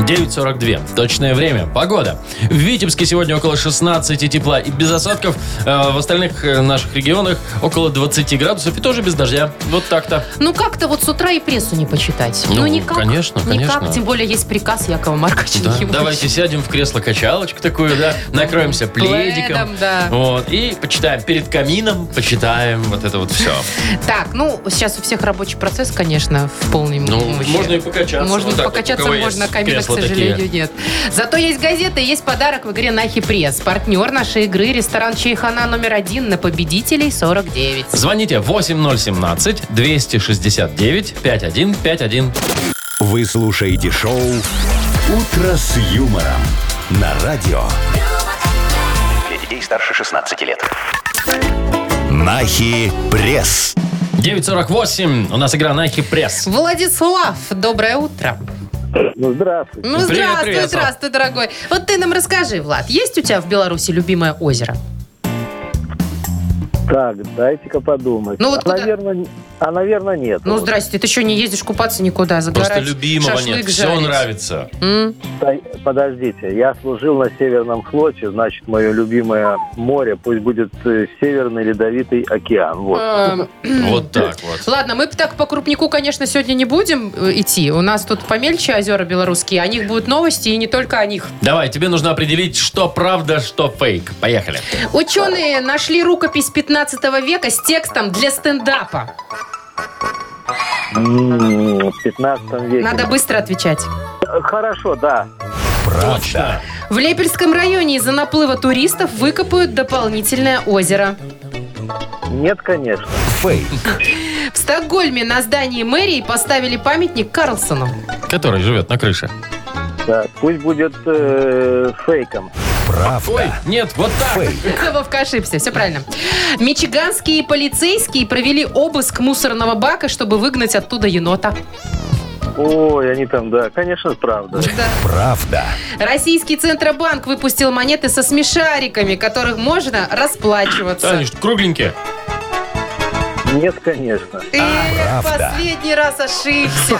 Speaker 2: 9.42. Точное время. Погода. В Витебске сегодня около 16 тепла и без осадков. Э, В остальных э, наших регионах около 20 градусов и тоже без дождя. Вот так-то.
Speaker 3: Ну, как-то вот с утра и прессу не почитать.
Speaker 2: Ну,
Speaker 3: Ну, никак.
Speaker 2: конечно, конечно.
Speaker 3: Никак, тем более есть приказ Якова Марковича
Speaker 2: Да.
Speaker 3: Нахимовича.
Speaker 2: Давайте сядем в кресло-качалочку такую, да, накроемся пледиком.
Speaker 3: Пледом, да.
Speaker 2: Вот, и почитаем перед камином, почитаем вот это вот все.
Speaker 3: Так, ну, сейчас у всех рабочий процесс, конечно, в полной
Speaker 2: Ну,
Speaker 3: мощи.
Speaker 2: можно и покачаться.
Speaker 3: Можно
Speaker 2: вот
Speaker 3: и
Speaker 2: так вот, у
Speaker 3: покачаться,
Speaker 2: кого
Speaker 3: можно,
Speaker 2: есть
Speaker 3: камина, к
Speaker 2: кресла
Speaker 3: сожалению,
Speaker 2: такие.
Speaker 3: нет. Зато есть газета, и есть подарок в игре Нахи Пресс. Партнер нашей игры – ресторан Чайхана номер один на победителей 49.
Speaker 2: Звоните 8017-269-5151.
Speaker 1: Вы слушаете шоу «Утро с юмором» на радио.
Speaker 4: Для детей старше 16 лет.
Speaker 1: Нахи пресс.
Speaker 2: 948. У нас игра Nike Пресс.
Speaker 3: Владислав, доброе утро.
Speaker 9: Ну, здравствуйте.
Speaker 3: Ну,
Speaker 2: Привет,
Speaker 3: здравствуй,
Speaker 2: привет, Слав.
Speaker 3: здравствуй, дорогой. Вот ты нам расскажи, Влад, есть у тебя в Беларуси любимое озеро?
Speaker 9: Так, дайте-ка подумать.
Speaker 3: Ну, вот куда-
Speaker 9: наверное, а, наверное, нет.
Speaker 3: Ну,
Speaker 9: Вот.
Speaker 3: здрасте, ты еще не ездишь купаться никуда, загорать,
Speaker 2: Просто любимого
Speaker 3: шашлык
Speaker 2: нет. Все
Speaker 3: жарить.
Speaker 2: нравится.
Speaker 3: М?
Speaker 9: Стой- Подождите, я служил на Северном флоте, значит, мое любимое море, пусть будет э, Северный Ледовитый океан. Вот.
Speaker 3: Эм,
Speaker 2: Вот так вот.
Speaker 3: Ладно, мы так по крупнику, конечно, сегодня не будем э, идти. У нас тут помельче озера белорусские, о них будут новости, и не только о них.
Speaker 2: Давай, тебе нужно определить, что правда, что фейк. Поехали.
Speaker 3: Ученые нашли рукопись 15 века с текстом для стендапа.
Speaker 9: М, В 15 веке.
Speaker 3: Надо быстро отвечать.
Speaker 9: Э, Хорошо, да.
Speaker 2: Точно.
Speaker 3: В Лепельском районе из-за наплыва туристов выкопают дополнительное озеро.
Speaker 9: Нет, конечно.
Speaker 1: Фейк.
Speaker 3: В Стокгольме на здании мэрии поставили памятник Карлсону.
Speaker 2: Который живет на крыше.
Speaker 9: Так, пусть будет э, фейком.
Speaker 2: Ой, нет, вот так.
Speaker 3: Вовка ошибся, все правильно. Мичиганские полицейские провели обыск мусорного бака, чтобы выгнать оттуда енота.
Speaker 9: Ой, они там, да, конечно, правда.
Speaker 1: Правда.
Speaker 3: Российский Центробанк выпустил монеты со смешариками, которых можно расплачиваться.
Speaker 2: Да, они ж кругленькие.
Speaker 9: Нет, конечно.
Speaker 3: Эх, последний раз ошибся.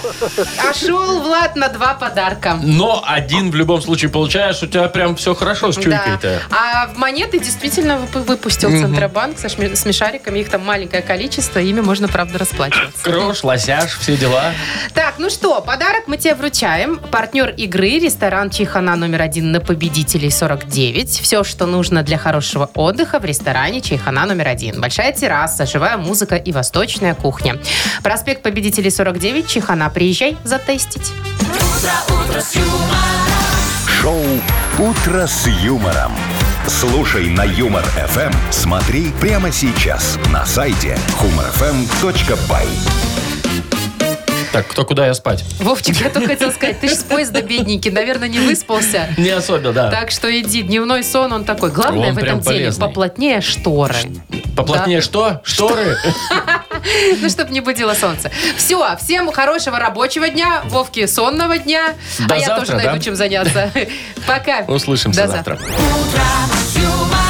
Speaker 3: А шел Влад на два подарка.
Speaker 2: Но один в любом случае получаешь, у тебя прям все хорошо с чуйкой-то.
Speaker 3: Да. А в монеты действительно вып- выпустил Центробанк со шми- смешариками. Их там маленькое количество, ими можно, правда, расплачиваться.
Speaker 2: Крош, лосяш, все дела.
Speaker 3: Так, ну что, подарок мы тебе вручаем. Партнер игры – ресторан Чайхана номер один на победителей 49. Все, что нужно для хорошего отдыха в ресторане Чайхана номер один. Большая терраса, живая музыка и восточная кухня. Проспект победителей 49, Чайхана. Приезжай затестить.
Speaker 1: Шоу «Утро с юмором». Слушай на Юмор ФМ. Смотри прямо сейчас на сайте humorfm.by.
Speaker 2: Так, кто куда я спать?
Speaker 3: Вовчик, я только хотел сказать, ты же с поезда бедненький, наверное, не выспался.
Speaker 2: Не особо, да.
Speaker 3: Так что иди, дневной сон, он такой. Главное
Speaker 2: Он
Speaker 3: в
Speaker 2: прям
Speaker 3: этом деле
Speaker 2: полезный.
Speaker 3: поплотнее шторы.
Speaker 2: Поплотнее что? Шторы?
Speaker 3: Ну, <laughs> чтобы не будило солнце. Все, всем хорошего рабочего дня, Вовке сонного дня.
Speaker 2: До
Speaker 3: а я
Speaker 2: завтра,
Speaker 3: тоже
Speaker 2: <laughs>
Speaker 3: найду
Speaker 2: да?
Speaker 3: чем заняться. Пока.
Speaker 2: Услышимся
Speaker 3: До
Speaker 2: завтра.
Speaker 8: юмор.